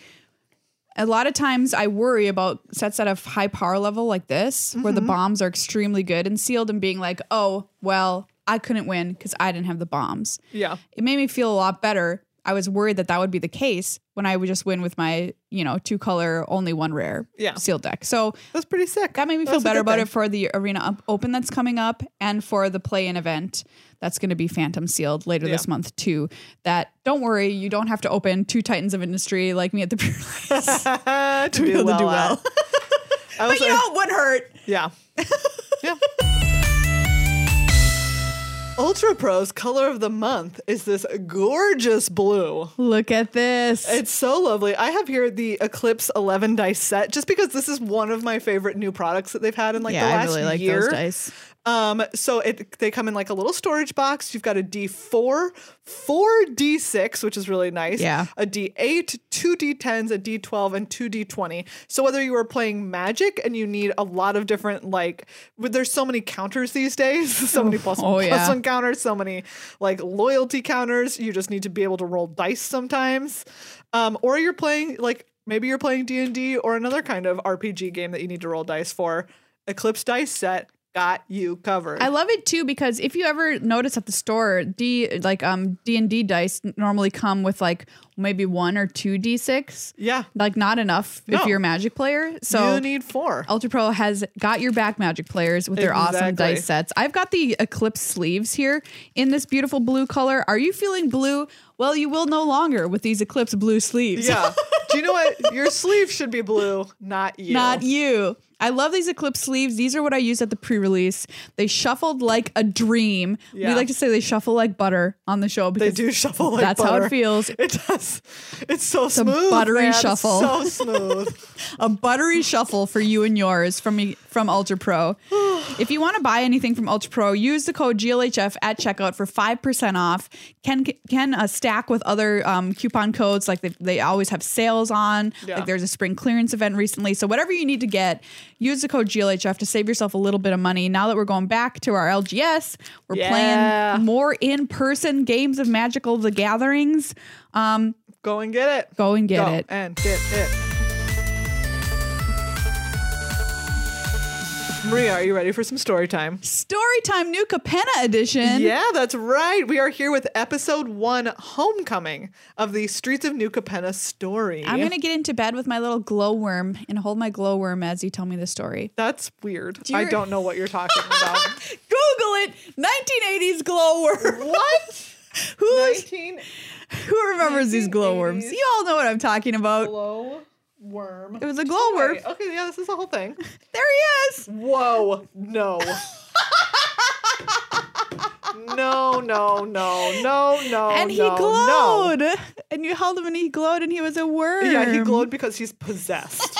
a lot of times I worry about sets at a high power level like this, where the Mm-hmm. bombs are extremely good and sealed and being like, oh, well, I couldn't win because I didn't have the bombs. Yeah. It made me feel a lot better. I was worried that that would be the case when I would just win with my, you know, two color, only one rare Yeah. seal deck. So That's pretty sick. that made me feel That's a better good about thing. it for the arena Up- open that's coming up and for the play in event that's going to be phantom sealed later Yeah. this month too that don't worry you don't have to open two titans of industry like me at the beer lines. to, do able to well do at. well. I but was you like- know it would hurt Yeah. yeah. Ultra Pro's color of the month is this gorgeous blue. look at this It's so lovely. I have here the Eclipse 11 dice set just because this is one of my favorite new products that they've had in like the last year. dice Um, so it they come in like a little storage box. You've got a D4, four D6, which is really nice. Yeah. A D8, two D10s, a D12, and two D20. So whether you are playing Magic and you need a lot of different like, with- there's so many counters these days, so many plus Oh, one, plus yeah. one counters, so many like loyalty counters. You just need to be able to roll dice sometimes, um, or you're playing like maybe you're playing D and D or another kind of RPG game that you need to roll dice for. Eclipse Dice Set got you covered. I love it too because if you ever notice at the store, D like um D and D dice normally come with like maybe one or two D six, yeah, like not enough No. if you're a Magic player. So you need four. Ultra Pro has got your back magic players with their awesome Exactly. dice sets. I've got the Eclipse sleeves here in this beautiful blue color. Are you feeling blue? Well, you will no longer with these Eclipse blue sleeves. yeah. Do you know what? Your sleeve should be blue, not you. Not you. I love these Eclipse sleeves. These are what I used at the pre release. They shuffled like a dream. Yeah. We like to say they shuffle like butter on the show They because do shuffle like that's how it butter. feels. It does. It's so a smooth. buttery man. shuffle. So smooth. a buttery shuffle for you and yours from me from Ultra Pro. if you want to buy anything from Ultra Pro, use the code GLHF at checkout for five percent off. Can can uh, stack with other um, coupon codes like they, they always have sales on. Yeah. Like there's a spring clearance event recently, so whatever you need to get, use the code GLHF to save yourself a little bit of money. Now that we're going back to our LGS, we're Yeah. playing more in person games of Magical the Gatherings. Um, Go and get it. go and get Go it. and get it. Maria, are you ready for some story time? Storytime New Capenna edition. Yeah, that's right. We are here with episode one, Homecoming of the Streets of New Capenna story. I'm gonna get into bed with my little glowworm and hold my glowworm as you tell me the story. That's weird. you I re- don't know what you're talking about. Google it, 1980s glowworm. what? Who's 19 who remembers these glowworms? 1980s You all know what I'm talking about. glow worm. It was a glowworm. Wait, okay, yeah, this is the whole thing. There he is. Whoa, no. no, no, no, no, no. And he Oh, no, glowed. And you held him and he glowed and he was a worm. No. Yeah, he glowed because he's possessed.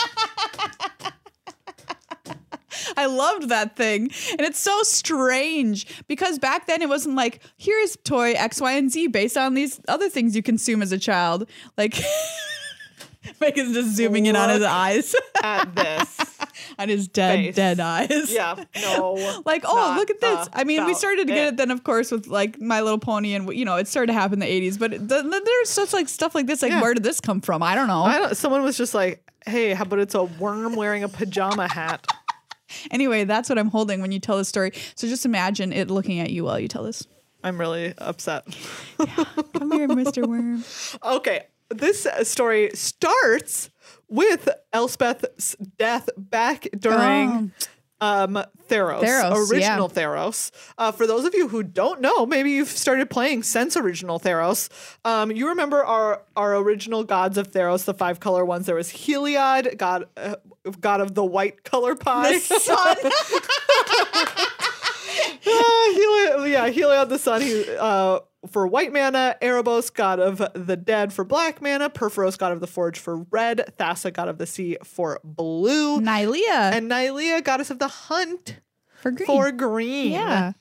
I loved that thing. And it's so strange because back then it wasn't like, here is toy X, Y, and Z based on these other things you consume as a child. Like, Megan's just zooming in on his Look. eyes, At this. on his dead, Face. dead eyes. Yeah, no. Like, oh, not look at this. I mean, we about started to get it. it then, of course, with like My Little Pony, and you know, it started to happen in the 80s. But it- then then there's such like stuff like this. Like, Yeah. where did this come from? I don't know. I don't, someone was just like, hey, how about it's a worm wearing a pajama hat? anyway, that's what I'm holding when you tell this story. So just imagine it looking at you while you tell this. I'm really upset. Come here, Mr. Worm. Okay, this uh, story starts with Elspeth's death back during um, Theros, Theros, original Theros. Uh, for those of you who don't know, maybe you've started playing since original Theros. Um, you remember our our original gods of Theros, the five color ones. There was Heliod, god uh, god of the white color pie. son. Ah, Heliod, yeah, Heliod the Sun he, uh, for white mana, Erebos, god of the dead for black mana, Perforos, god of the forge for red, Thassa, god of the sea for blue, Nylea and Nylea, goddess of the hunt for green. for green. yeah.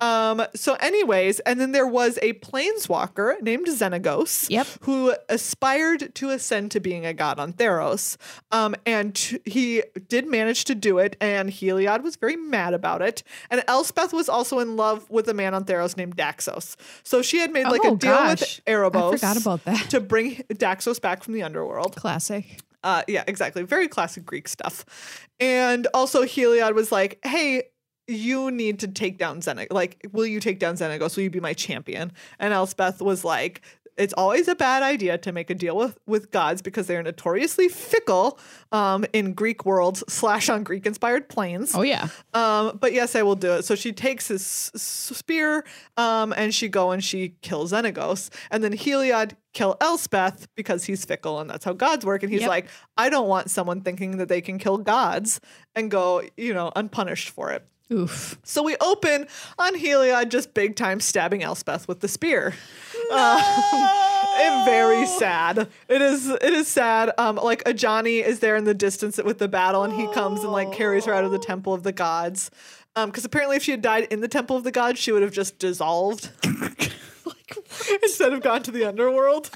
Um, so, anyways, and then there was a planeswalker named Xenagos Yep. who aspired to ascend to being a god on Theros. Um, and t- he did manage to do it, and Heliod was very mad about it. And Elspeth was also in love with a man on Theros named Daxos. So she had made like Oh, a deal gosh. with Erebos I forgot about that. to bring Daxos back from the underworld. Classic. Uh, yeah, exactly. Very classic Greek stuff. And also Heliod was like, hey, you need to take down Xenagos. Like, will you take down Xenagos? Will you be my champion? And Elspeth was like, it's always a bad idea to make a deal with, with gods because they're notoriously fickle um, in Greek worlds slash on Greek inspired planes. Oh yeah. Um, but yes, I will do it. So she takes his s- s- spear, um, and she go and she kills Xenagos, and then Heliod kill Elspeth because he's fickle and that's how gods work. And he's Yep. like, I don't want someone thinking that they can kill gods and go, you know, unpunished for it. Oof. So we open on Heliod just big time stabbing Elspeth with the spear. Um, it very sad. It is it is sad. Um, like Ajani is there in the distance with the battle, and he comes and like carries her out of the temple of the gods. Um, because apparently if she had died in the temple of the gods, she would have just dissolved. like instead of gone to the underworld.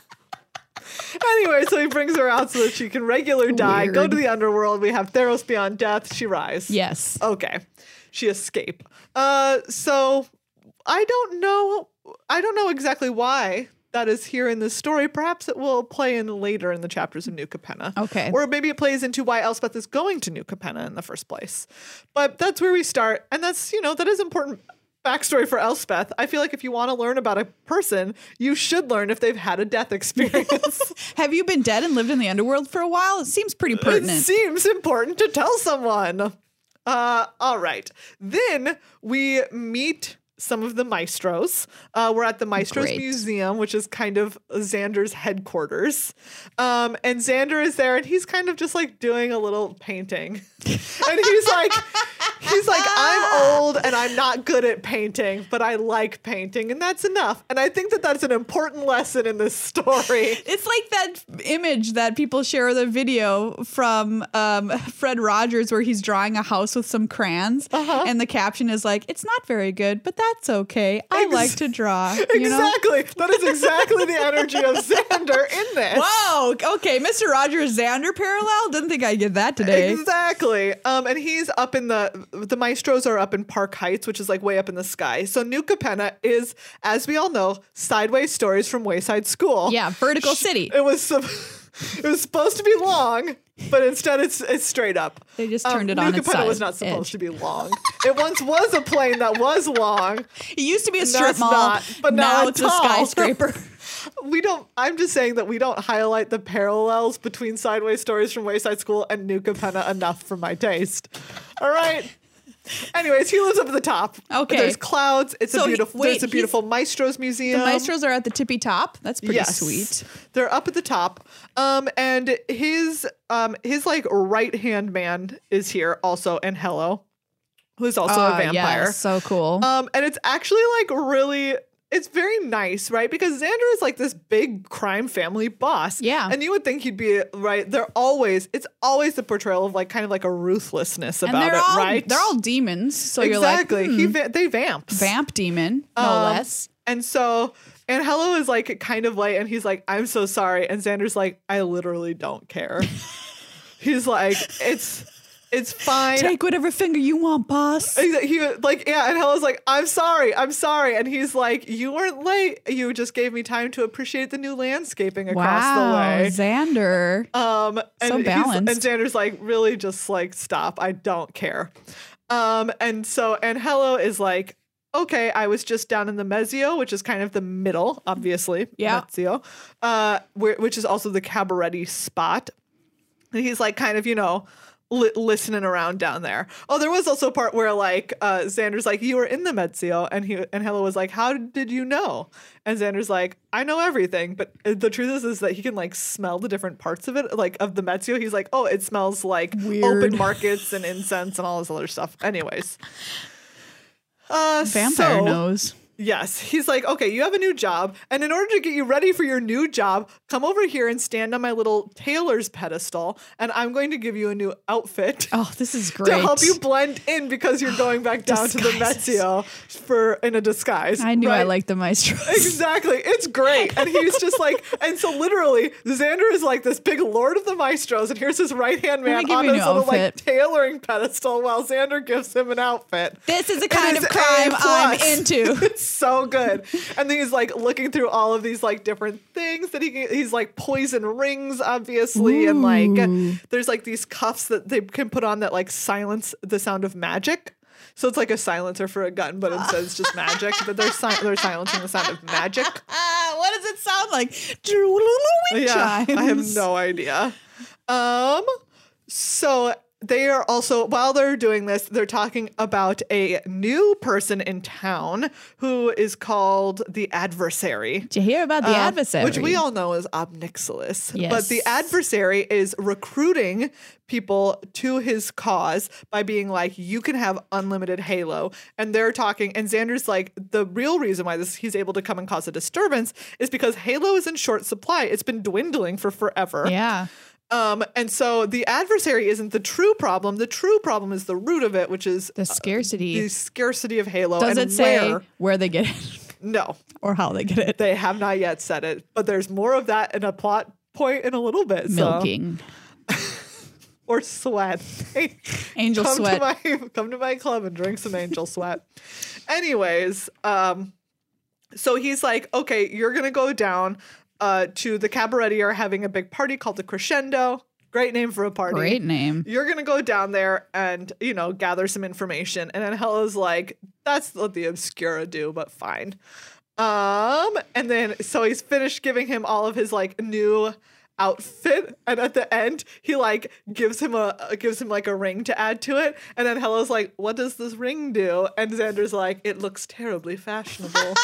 anyway, so he brings her out so that she can regular die, go Weird. to the underworld. We have Theros beyond death. She rise. Yes. Okay. She escape. Uh so I don't know I don't know exactly why that is here in this story. Perhaps it will play in later in the chapters of New Capenna. Okay. Or maybe it plays into why Elspeth is going to New Capenna in the first place. But that's where we start. And that's, you know, that is important backstory for Elspeth. I feel like if you want to learn about a person, you should learn if they've had a death experience. Have you been dead and lived in the underworld for a while? It seems pretty pertinent. It seems important to tell someone. Uh, all right. Then we meet some of the maestros. Uh, we're at the Maestros Great. Museum, which is kind of Xander's headquarters. Um, and Xander is there and he's kind of just like doing a little painting. and he's like, he's like, Ah. I'm old and I'm not good at painting, but I like painting and that's enough. And I think that that's an important lesson in this story. It's like that image that people share the video from um, Fred Rogers where he's drawing a house with some crayons, Uh-huh. and the caption is like, "It's not very good, but that's okay. I Ex- like to draw." You know? Exactly. That is exactly the energy of Xander in this. Whoa. Okay, Mr. Rogers Xander parallel. Didn't think I'd get that today. Exactly. Um, and he's up in the the maestros are up in Park Heights, which is like way up in the sky. So New Capenna is, as we all know, sideways stories from Wayside School. Yeah, vertical city. It was sup- it was supposed to be long, but instead it's it's straight up. They just turned it New on its Capenna was side not supposed edge. to be long. It once was a plane that was long. It used to be a No, strip it's mall, not, but now it's it's a all. skyscraper. We don't. I'm just saying that we don't highlight the parallels between Sideways Stories from Wayside School and New Capenna enough for my taste. All right. Anyways, he lives up at the top. Okay. There's clouds. It's So a he- beautiful. wait, there's a he's- beautiful Maestros Museum. the maestros are at the tippy top. That's pretty sweet. They're up at the top. Um, and his um his like right hand man is here also, and Hello, who is also a Ah, vampire. yeah, so cool. Um, and it's actually like really. It's very nice, right? Because Xander is like this big crime family boss. Yeah. And you would think he'd be right. They're always, it's always the portrayal of like kind of like a ruthlessness about and they're it, all right? they're all demons. So exactly. you're like, he hmm, va- they vamps. vamp demon, no Um, less. And so, and Hello is like kind of late, and he's like, "I'm so sorry," and Xander's like, "I literally don't care." he's like, "It's, it's fine. Take whatever finger you want, boss. And He, he- like yeah, and Hella's like, I'm sorry, I'm sorry, and he's like, you weren't late. You just gave me time to appreciate the new landscaping across the Wow, way. Xander. Um, and So he's- balanced. And Xander's like, really, just like stop. I don't care. Um, and so and Hello is like, okay, I was just down in the mezzo, which is kind of the middle, obviously. Yeah. Mezzo, uh, where, which is also the cabaretti spot. And he's like, kind of, you know. Li- listening around down there. Oh, there was also a part where like uh, Xander's like, "You were in the Mezzo," and he and Hello was like, "How did you know?" And Xander's like, "I know everything," but uh, the truth is, is that he can like smell the different parts of it, like of the Mezzo. He's like, "Oh, it smells like Weird. open markets and incense and all this other stuff." Anyways, uh, Vampire so- knows. Yes. He's like, okay, you have a new job. And in order to get you ready for your new job, come over here and stand on my little tailor's pedestal. And I'm going to give you a new outfit Oh, this is great. to help you blend in because you're going back down to the Disguises. Metio for in a disguise. I knew I right? liked the maestro. Exactly. It's great. And he's just like, and so literally, Xander is like this big lord of the maestros, and here's his right hand gonna man give on you a his new little like outfit. tailoring pedestal while Xander gives him an outfit. This is the It kind is of crime A I'm plus. into. it's so good. And then he's like looking through all of these like different things that he can, he's like poison rings, obviously, and like there's like these cuffs that they can put on that like silence the sound of magic. So it's like a silencer for a gun, but it says just magic. But they're si- they're silencing the sound of magic. Ah, what does it sound like? Yeah, I have Chimes. no idea. Um, so they are also while they're doing this, they're talking about a new person in town who is called the adversary. Did you hear about the Uh, adversary? Which we all know is Obnixilis. But the Yes. adversary is recruiting people to his cause by being like, you can have unlimited Halo. And they're talking, and Xander's like, the real reason why this he's able to come and cause a disturbance is because Halo is in short supply. It's been dwindling for forever. Yeah. Um, and so the adversary isn't the true problem. The true problem is the root of it, which is The scarcity. the scarcity of Halo. does and it say where- where, they get it No. or how they get it? They have not yet said it, but there's more of that in a plot point in a little bit. so- Milking. or sweat. Angel come sweat. To my, come to my club and drink some angel sweat. Anyways, um, so he's like, okay, you're gonna go down uh, to the cabaret. Are having a big party called the Crescendo. Great name for a party. Great name. You're gonna go down there and you know gather some information. And then Hella's like, that's what the Obscura do, but fine. Um, and then so he's finished giving him all of his like new outfit, and at the end he like gives him a uh, gives him like a ring to add to it, and then Hella's like, "What does this ring do?" And Xander's like, "It looks terribly fashionable."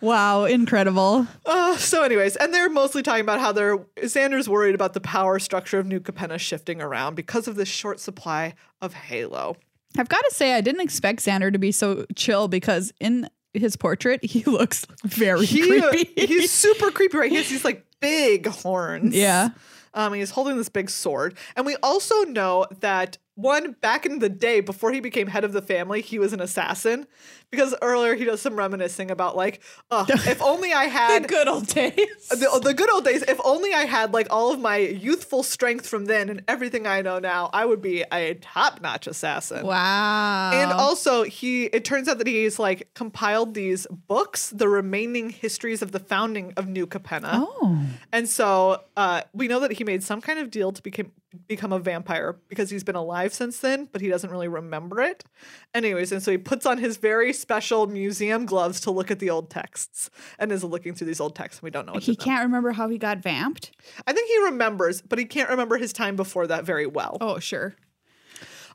Wow, incredible. Uh, so, anyways, and they're mostly talking about how they're Xander's worried about the power structure of New Capenna shifting around because of this short supply of Halo. I've got to say, I didn't expect Xander to be so chill because in his portrait, he looks very He, uh, creepy. he's super creepy, right? He has these like big horns. Yeah. Um, he's holding this big sword. And we also know that one, back in the day, before he became head of the family, he was an assassin. Because earlier he does some reminiscing about like, "Ugh, if only I the had good old days. the, the good old days. If only I had like all of my youthful strength from then and everything I know now, I would be a top notch assassin. Wow. And also, he it turns out that he's like compiled these books, the remaining histories of the founding of New Capenna. oh, And so uh, we know that he made some kind of deal to become become a vampire because he's been alive since then, but he doesn't really remember it. Anyways, and so he puts on his very special museum gloves to look at the old texts and is looking through these old texts. And we don't know. What's he in them. can't remember how he got vamped. I think he remembers, but he can't remember his time before that very well. Oh, sure.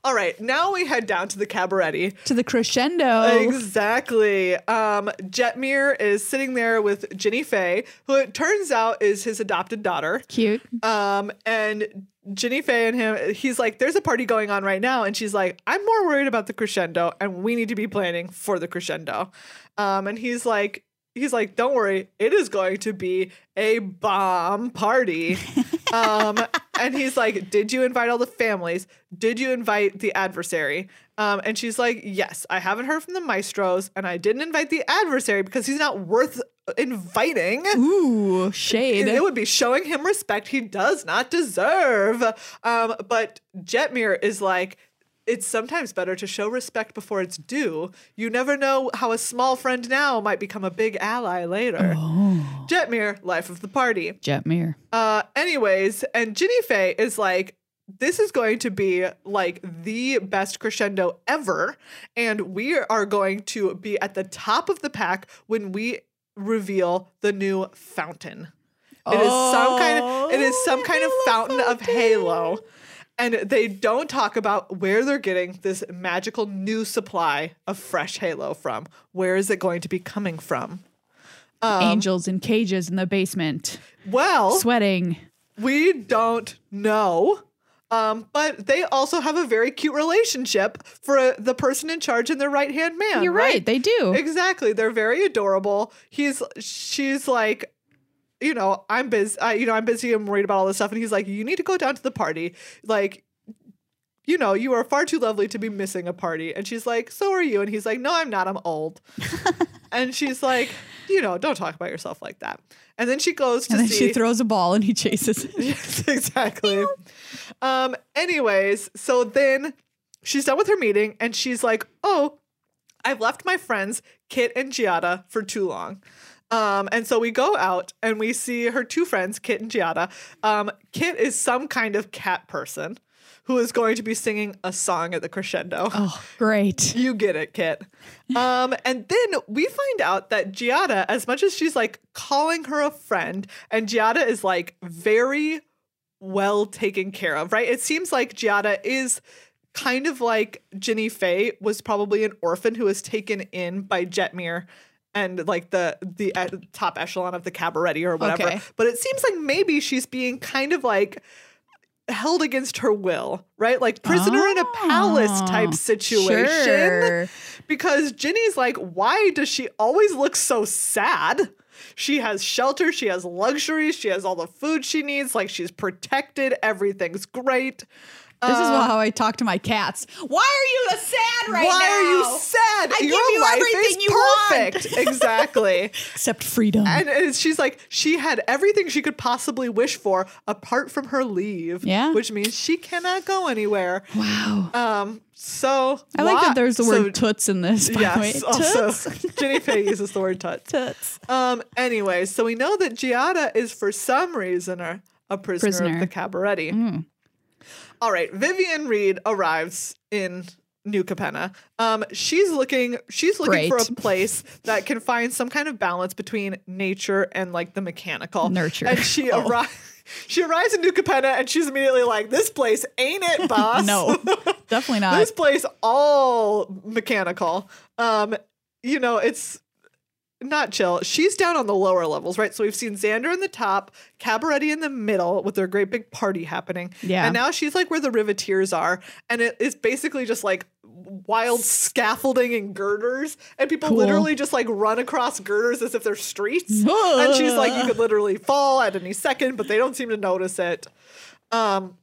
All right, now we head down to the cabaret. To the crescendo. Exactly. Um, Jetmir is sitting there with Ginny Faye, who it turns out is his adopted daughter. Cute. Um, and Ginny Faye and him, he's like, there's a party going on right now. And she's like, I'm more worried about the crescendo, and we need to be planning for the crescendo. Um, and he's like, he's like, don't worry, it is going to be a bomb party. um, and he's like, did you invite all the families? Did you invite the adversary? Um, and she's like, yes, I haven't heard from the maestros, and I didn't invite the adversary because he's not worth inviting. Ooh, It- shade. It would be showing him respect he does not deserve. Um, but Jetmir is like, it's sometimes better to show respect before it's due. You never know how a small friend now might become a big ally later. Oh. Jetmir, life of the party. Jetmir. Uh, anyways, and Ginny Faye is like, this is going to be like the best crescendo ever. And we are going to be at the top of the pack when we reveal the new fountain. It is some kind of it is some Oh, kind of Halo fountain of fountain. Halo. And they don't talk about where they're getting this magical new supply of fresh Halo from. Where is it going to be coming from? Um, Angels in Oh, cages in the basement, Well, sweating. We don't know. Um, but they also have a very cute relationship for uh, the person in charge and their right hand man. You're right. They do. Exactly. They're very adorable. He's she's like, you know, I'm busy. I, you know, I'm busy. I'm worried about all this stuff. And he's like, you need to go down to the party. Like, you know, you are far too lovely to be missing a party. And she's like, so are you. And he's like, no, I'm not. I'm old. and she's like, you know, don't talk about yourself like that. And then she goes to and then see. she throws a ball and he chases it. Yes, exactly. Um, anyways, so then she's done with her meeting and she's like, Oh, I've left my friends, Kit and Giada, for too long. Um, and so we go out and we see her two friends, Kit and Giada. Um, Kit is some kind of cat person who is going to be singing a song at the crescendo. Oh, great. You get it, Kit. Um, and then we find out that Giada, as much as she's like calling her a friend, and Giada is like very well taken care of, right? It seems like Giada is kind of like Ginny Faye was probably an orphan who was taken in by Jetmir and like the the e- top echelon of the cabaret or whatever. Okay. But it seems like maybe she's being kind of like held against her will, right? Like prisoner in a palace type Oh, situation Sure. because Ginny's like, why does she always look so sad? She has shelter, she has luxuries, she has all the food she needs, like she's protected, everything's great. This is how I talk to my cats. Why are you sad right why now? are you sad? I give Your you life everything is you want." perfect. exactly. Except freedom. And it's- she's like, she had everything she could possibly wish for apart from her leave. Yeah. Which means she cannot go anywhere. wow. Um, so I like why- that there's the so- word toots in this, by the way. Yes, Toots. also Ginny Faye uses the word touch. Toots. Um. Anyway, so we know that Giada is for some reason a, a prisoner, of Prisoner. Mm. the cabaret. All right, Vivian Reed arrives in New Capenna. Um, she's looking. She's looking for a Great. place that can find some kind of balance between nature and like the mechanical Nurture. Oh. And she arrives. She arrives in New Capenna, and she's immediately like, "This place ain't it, boss? No, definitely not. this place all mechanical. Um, you know, it's not chill. She's down on the lower levels, right? So we've seen Xander in the top, Cabaretti in the middle with their great big party happening. Yeah. And now she's like where the riveteers are, and it is basically just like wild scaffolding and girders, and people Cool. literally just like run across girders as if they're streets. and she's like, you could literally fall at any second, but they don't seem to notice it. Um,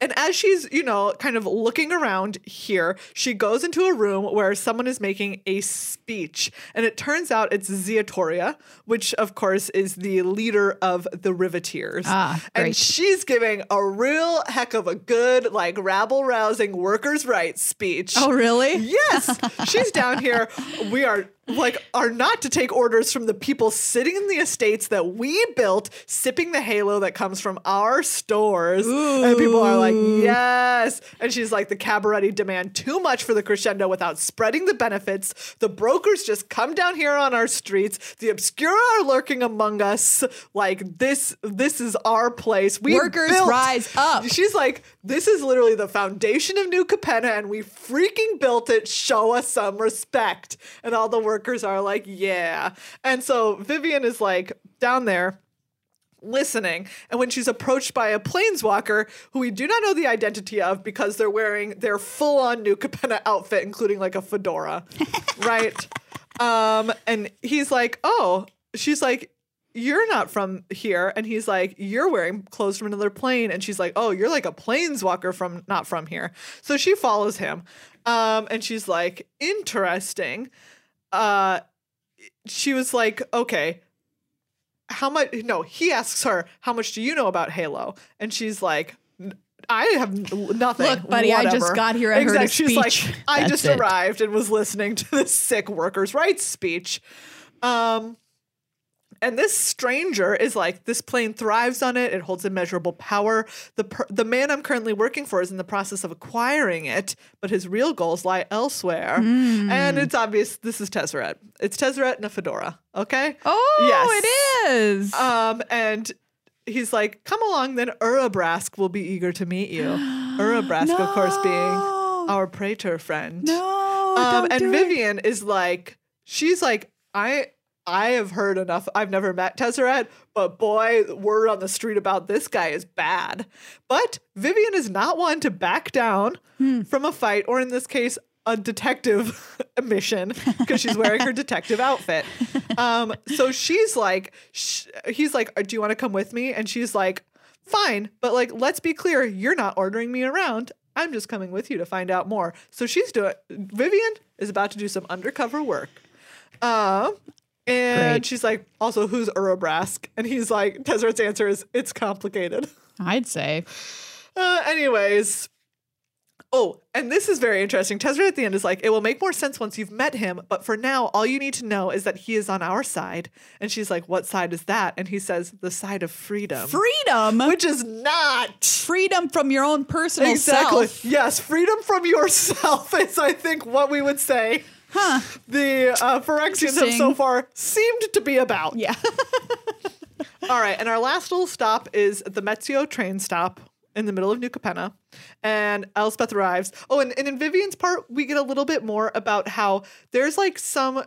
and as she's, you know, kind of looking around here, she goes into a room where someone is making a speech. And it turns out it's Zeatoria, which, of course, is the leader of the Riveteers. Ah, And great. she's giving a real heck of a good, like, rabble rousing workers' rights speech. Oh, really? Yes, she's down here. We are like are not to take orders from the people sitting in the estates that we built, sipping the halo that comes from our stores. And people are like, yes. And she's like, the cabaret demand too much for the crescendo without spreading the benefits. The brokers just come down here on our streets. The obscura are lurking among us. Like this, this is our place. We Workers built- rise up. She's like, this is literally the foundation of New Capenna, and we freaking built it. Show us some respect. And all the workers are like, yeah. And so Vivian is like down there listening. And when she's approached by a planeswalker who we do not know the identity of because they're wearing their full on New Capenna outfit, including like a fedora, right? Um, and he's like, oh, she's like, you're not from here. And he's like, you're wearing clothes from another plane. And she's like, oh, you're like a planeswalker from not from here. So she follows him. Um, and she's like, interesting. Uh, she was like, okay, how much no he asks her how much do you know about halo and she's like "N- i have n- nothing Look, buddy, I just whatever." got here, I heard a she's like speech. i That's just it." arrived and was listening to this sick workers rights speech um and this stranger is like, this plane thrives on it. It holds immeasurable power. The per- the man I'm currently working for is in the process of acquiring it, but his real goals lie elsewhere. Hmm. And it's obvious this is Tezzeret. It's Tezzeret and a fedora. Okay. Oh, Yes. it is. Um, and he's like, "Come along, then Urabrask will be eager to meet you." Urabrask, of course, being No. our praetor friend. no. um, Oh, don't and do it. Vivian is like, she's like, "I I have heard enough. I've never met Tezzeret, but boy, word on the street about this guy is bad. But Vivian is not one to back down Hmm. from a fight, or in this case, a detective mission, because she's wearing her detective outfit. Um, so she's like, sh- he's like, "Do you want to come with me?" And she's like, "Fine, but like, let's be clear, you're not ordering me around. I'm just coming with you to find out more." So she's doing. Vivian is about to do some undercover work. Um, and Great. she's like, also, who's Urobrask? And he's like, Tezzeret's answer is, it's complicated. I'd say. Uh, anyways. Oh, and this is very interesting. Tezzeret at the end is like, it will make more sense once you've met him, but for now, all you need to know is that he is on our side. And she's like, what side is that? And he says, the side of freedom. Freedom. which is not. freedom from your own personal Exactly. self. Yes, freedom from yourself is, I think, what we would say. Huh. The uh, Phyrexians have so Interesting. far seemed to be about. Yeah. All right, and our last little stop is at the Metzio train stop in the middle of New Capenna, and Elspeth arrives. Oh, and, and in Vivian's part, we get a little bit more about how there's like some.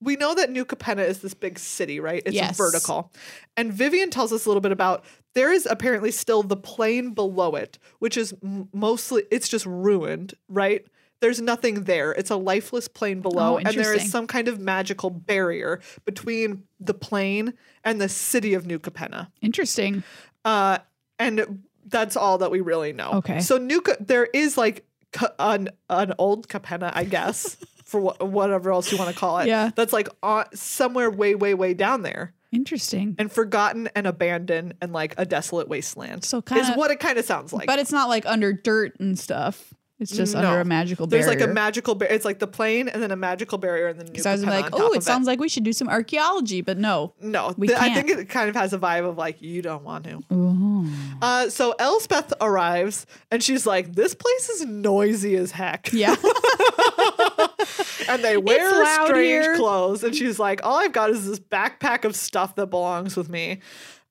We know that New Capenna is this big city, right? It's Yes. vertical. And Vivian tells us a little bit about there is apparently still the plain below it, which is m- mostly, it's just ruined, right? There's nothing there. It's a lifeless plain below. Oh, and there is interesting. some kind of magical barrier between the plain and the city of New Capenna. Interesting. Uh, and that's all that we really know. Okay. So New Ca- there is like ca- an an old Capenna, I guess, for wha- whatever else you want to call it. Yeah. That's like on, somewhere way, way, way down there, Interesting. and forgotten and abandoned and like a desolate wasteland. So is kinda- what it kind of sounds like. but it's not like under dirt and stuff. It's just under No. a magical There's barrier. like a magical barrier. It's like the plane and then a magical barrier and then New So I was Capenna like, on top oh, it of sounds like we should do some archaeology, but no. No, We th- I can't. think it kind of has a vibe of like you don't want to. Uh, so Elspeth arrives and she's like, "This place is noisy as heck." Yeah. and they wear loud strange here. clothes, and she's like, "All I've got is this backpack of stuff that belongs with me."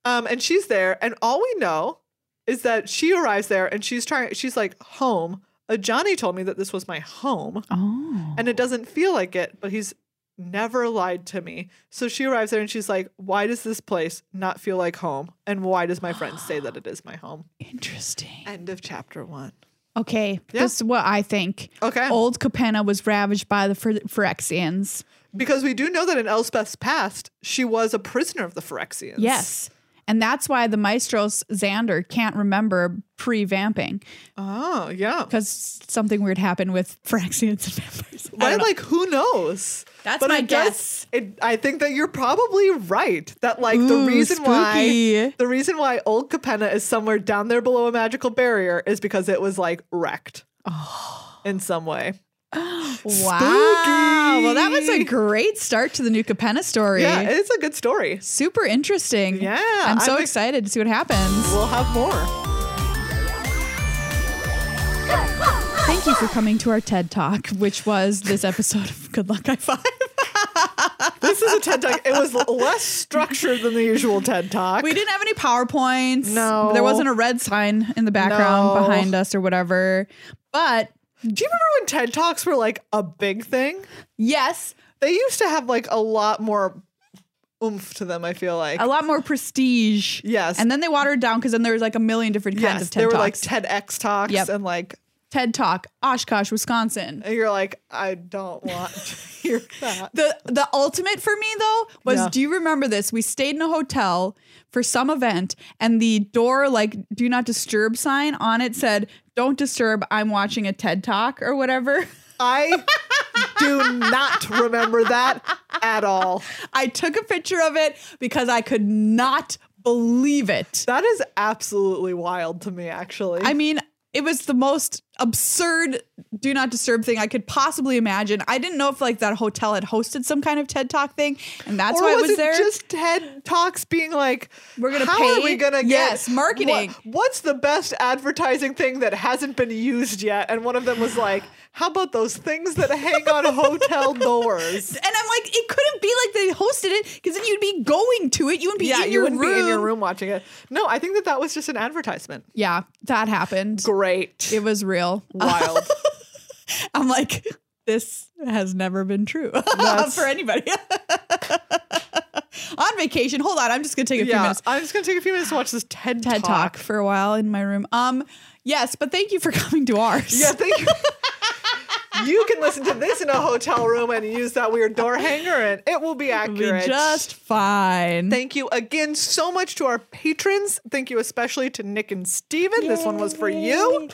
Um, and she's there, and all we know is that she arrives there, and she's trying. She's like, "Home." Uh, Johnny told me that this was my home oh. and it doesn't feel like it, but he's never lied to me. So she arrives there and she's like, Why does this place not feel like home? And why does my friend say that it is my home? Interesting. End of chapter one. Okay. Yeah. Oh, This is what I think. Okay. Old Capenna was ravaged by the Phyr- Phyrexians. Because we do know that in Elspeth's past, she was a prisoner of the Phyrexians. Yes. And that's why the maestros Xander can't remember pre vamping Oh, yeah. because something weird happened with Phyrexians and vampires. I Right? don't know. Like, who knows? That's my it does- guess. it, I think that you're probably right. That like the Ooh, reason why spooky. the reason why Old Capenna is somewhere down there below a magical barrier is because it was like wrecked Oh. in some way. wow. Spooky. Well, that was a great start to the new Capenna story. Yeah, it's a good story. Super interesting. Yeah, I'm so I'm ex- excited to see what happens. We'll have more. Thank you for coming to our TED Talk, which was this episode of Good Luck I Five. This is a TED Talk. It was l- less structured than the usual TED Talk. We didn't have any PowerPoints. No. There wasn't a red sign in the background No. behind us or whatever. But Do you remember when TED Talks were like a big thing? yes, They used to have like a lot more oomph to them, I feel like. a lot more prestige. Yes. And then they watered it down because then there was like a million different kinds yes, of TED there were like Talks. TEDx Talks Yep. and like TED Talk, Oshkosh, Wisconsin. and you're like, I don't want to hear that. The the ultimate for me though was Yeah. do you remember this? We stayed in a hotel for some event and the door like do not disturb sign on it said don't disturb I'm watching a TED talk or whatever. I do not remember that at all. I took a picture of it because I could not believe it. That is absolutely wild to me, actually. I mean, it was the most absurd do not disturb thing I could possibly imagine. I didn't know if like that hotel had hosted some kind of TED talk thing and that's or why was, it was it there. just TED Talks being like, We're gonna how are pay?" we gonna get Yes, marketing. what- what's the best advertising thing that hasn't been used yet? And one of them was like, how about those things that hang on hotel doors? And I'm like, it couldn't be like they hosted it because then you'd be going to it. You wouldn't be, Yeah, in, you your wouldn't room. be in your room watching it. No, I think that that was just an advertisement. Yeah, that happened. Great, It was real. wild. I'm like, this has never been true That's- for anybody. on vacation. Hold on, I'm just gonna take a few yeah, minutes. I'm just gonna take a few minutes to watch this TED, TED talk. for a while in my room. Um, yes, but thank you for coming to ours. Yeah, thank you. you can listen to this in a hotel room and use that weird door hanger, and it will be It'll accurate. be just fine. Thank you again so much to our patrons. Thank you especially to Nick and Steven. This one was for you.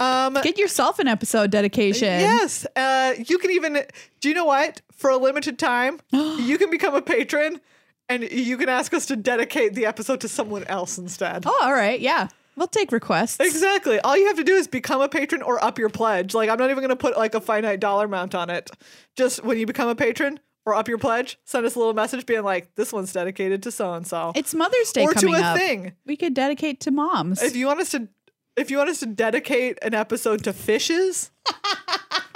Um, Get yourself an episode dedication. Yes. Uh, you can even, do you know what? For a limited time, you can become a patron and you can ask us to dedicate the episode to someone else instead. Oh, all right. Yeah, we'll take requests. Exactly. All you have to do is become a patron or up your pledge. Like, I'm not even going to put like a finite dollar amount on it. Just when you become a patron or up your pledge, send us a little message being like, this one's dedicated to so and so. It's Mother's Day Or to coming a up. thing. We could dedicate to moms. If you want us to, if you want us to dedicate an episode to fishes,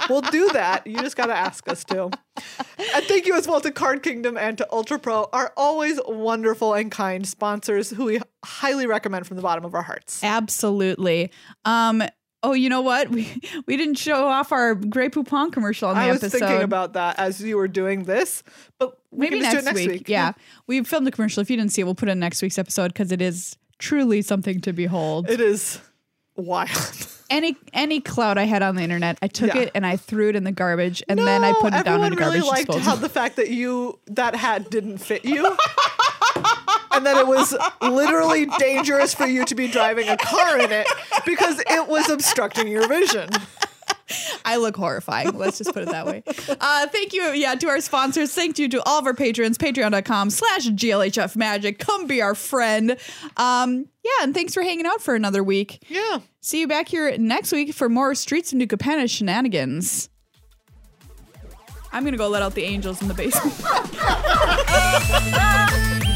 we'll do that. You just got to ask us to. And thank you as well to Card Kingdom and to Ultra Pro, our always wonderful and kind sponsors, who we highly recommend from the bottom of our hearts. Absolutely. Um. Oh, you know what? We we didn't show off our Grey Poupon commercial on the I was episode. thinking about that as you were doing this, but we Maybe can just next, do it next week. week. Yeah. we filmed a commercial. If you didn't see it, we'll put it in next week's episode because it is truly something to behold. it is wild. any any cloud I had on the internet, I took Yeah. it and I threw it in the garbage, and then I put it down in the Everyone garbage really liked disposal. how the fact that you that hat didn't fit you. And that it was literally dangerous for you to be driving a car in it because it was obstructing your vision. I look horrifying. Let's just put it that way. Uh, thank you, yeah, to our sponsors. Thank you to all of our patrons. Patreon.com slash GLHF Magic. Come be our friend. Um, yeah, and thanks for hanging out for another week. Yeah. See you back here next week for more Streets of New Capenna shenanigans. I'm going to go let out the angels in the basement. Thank you.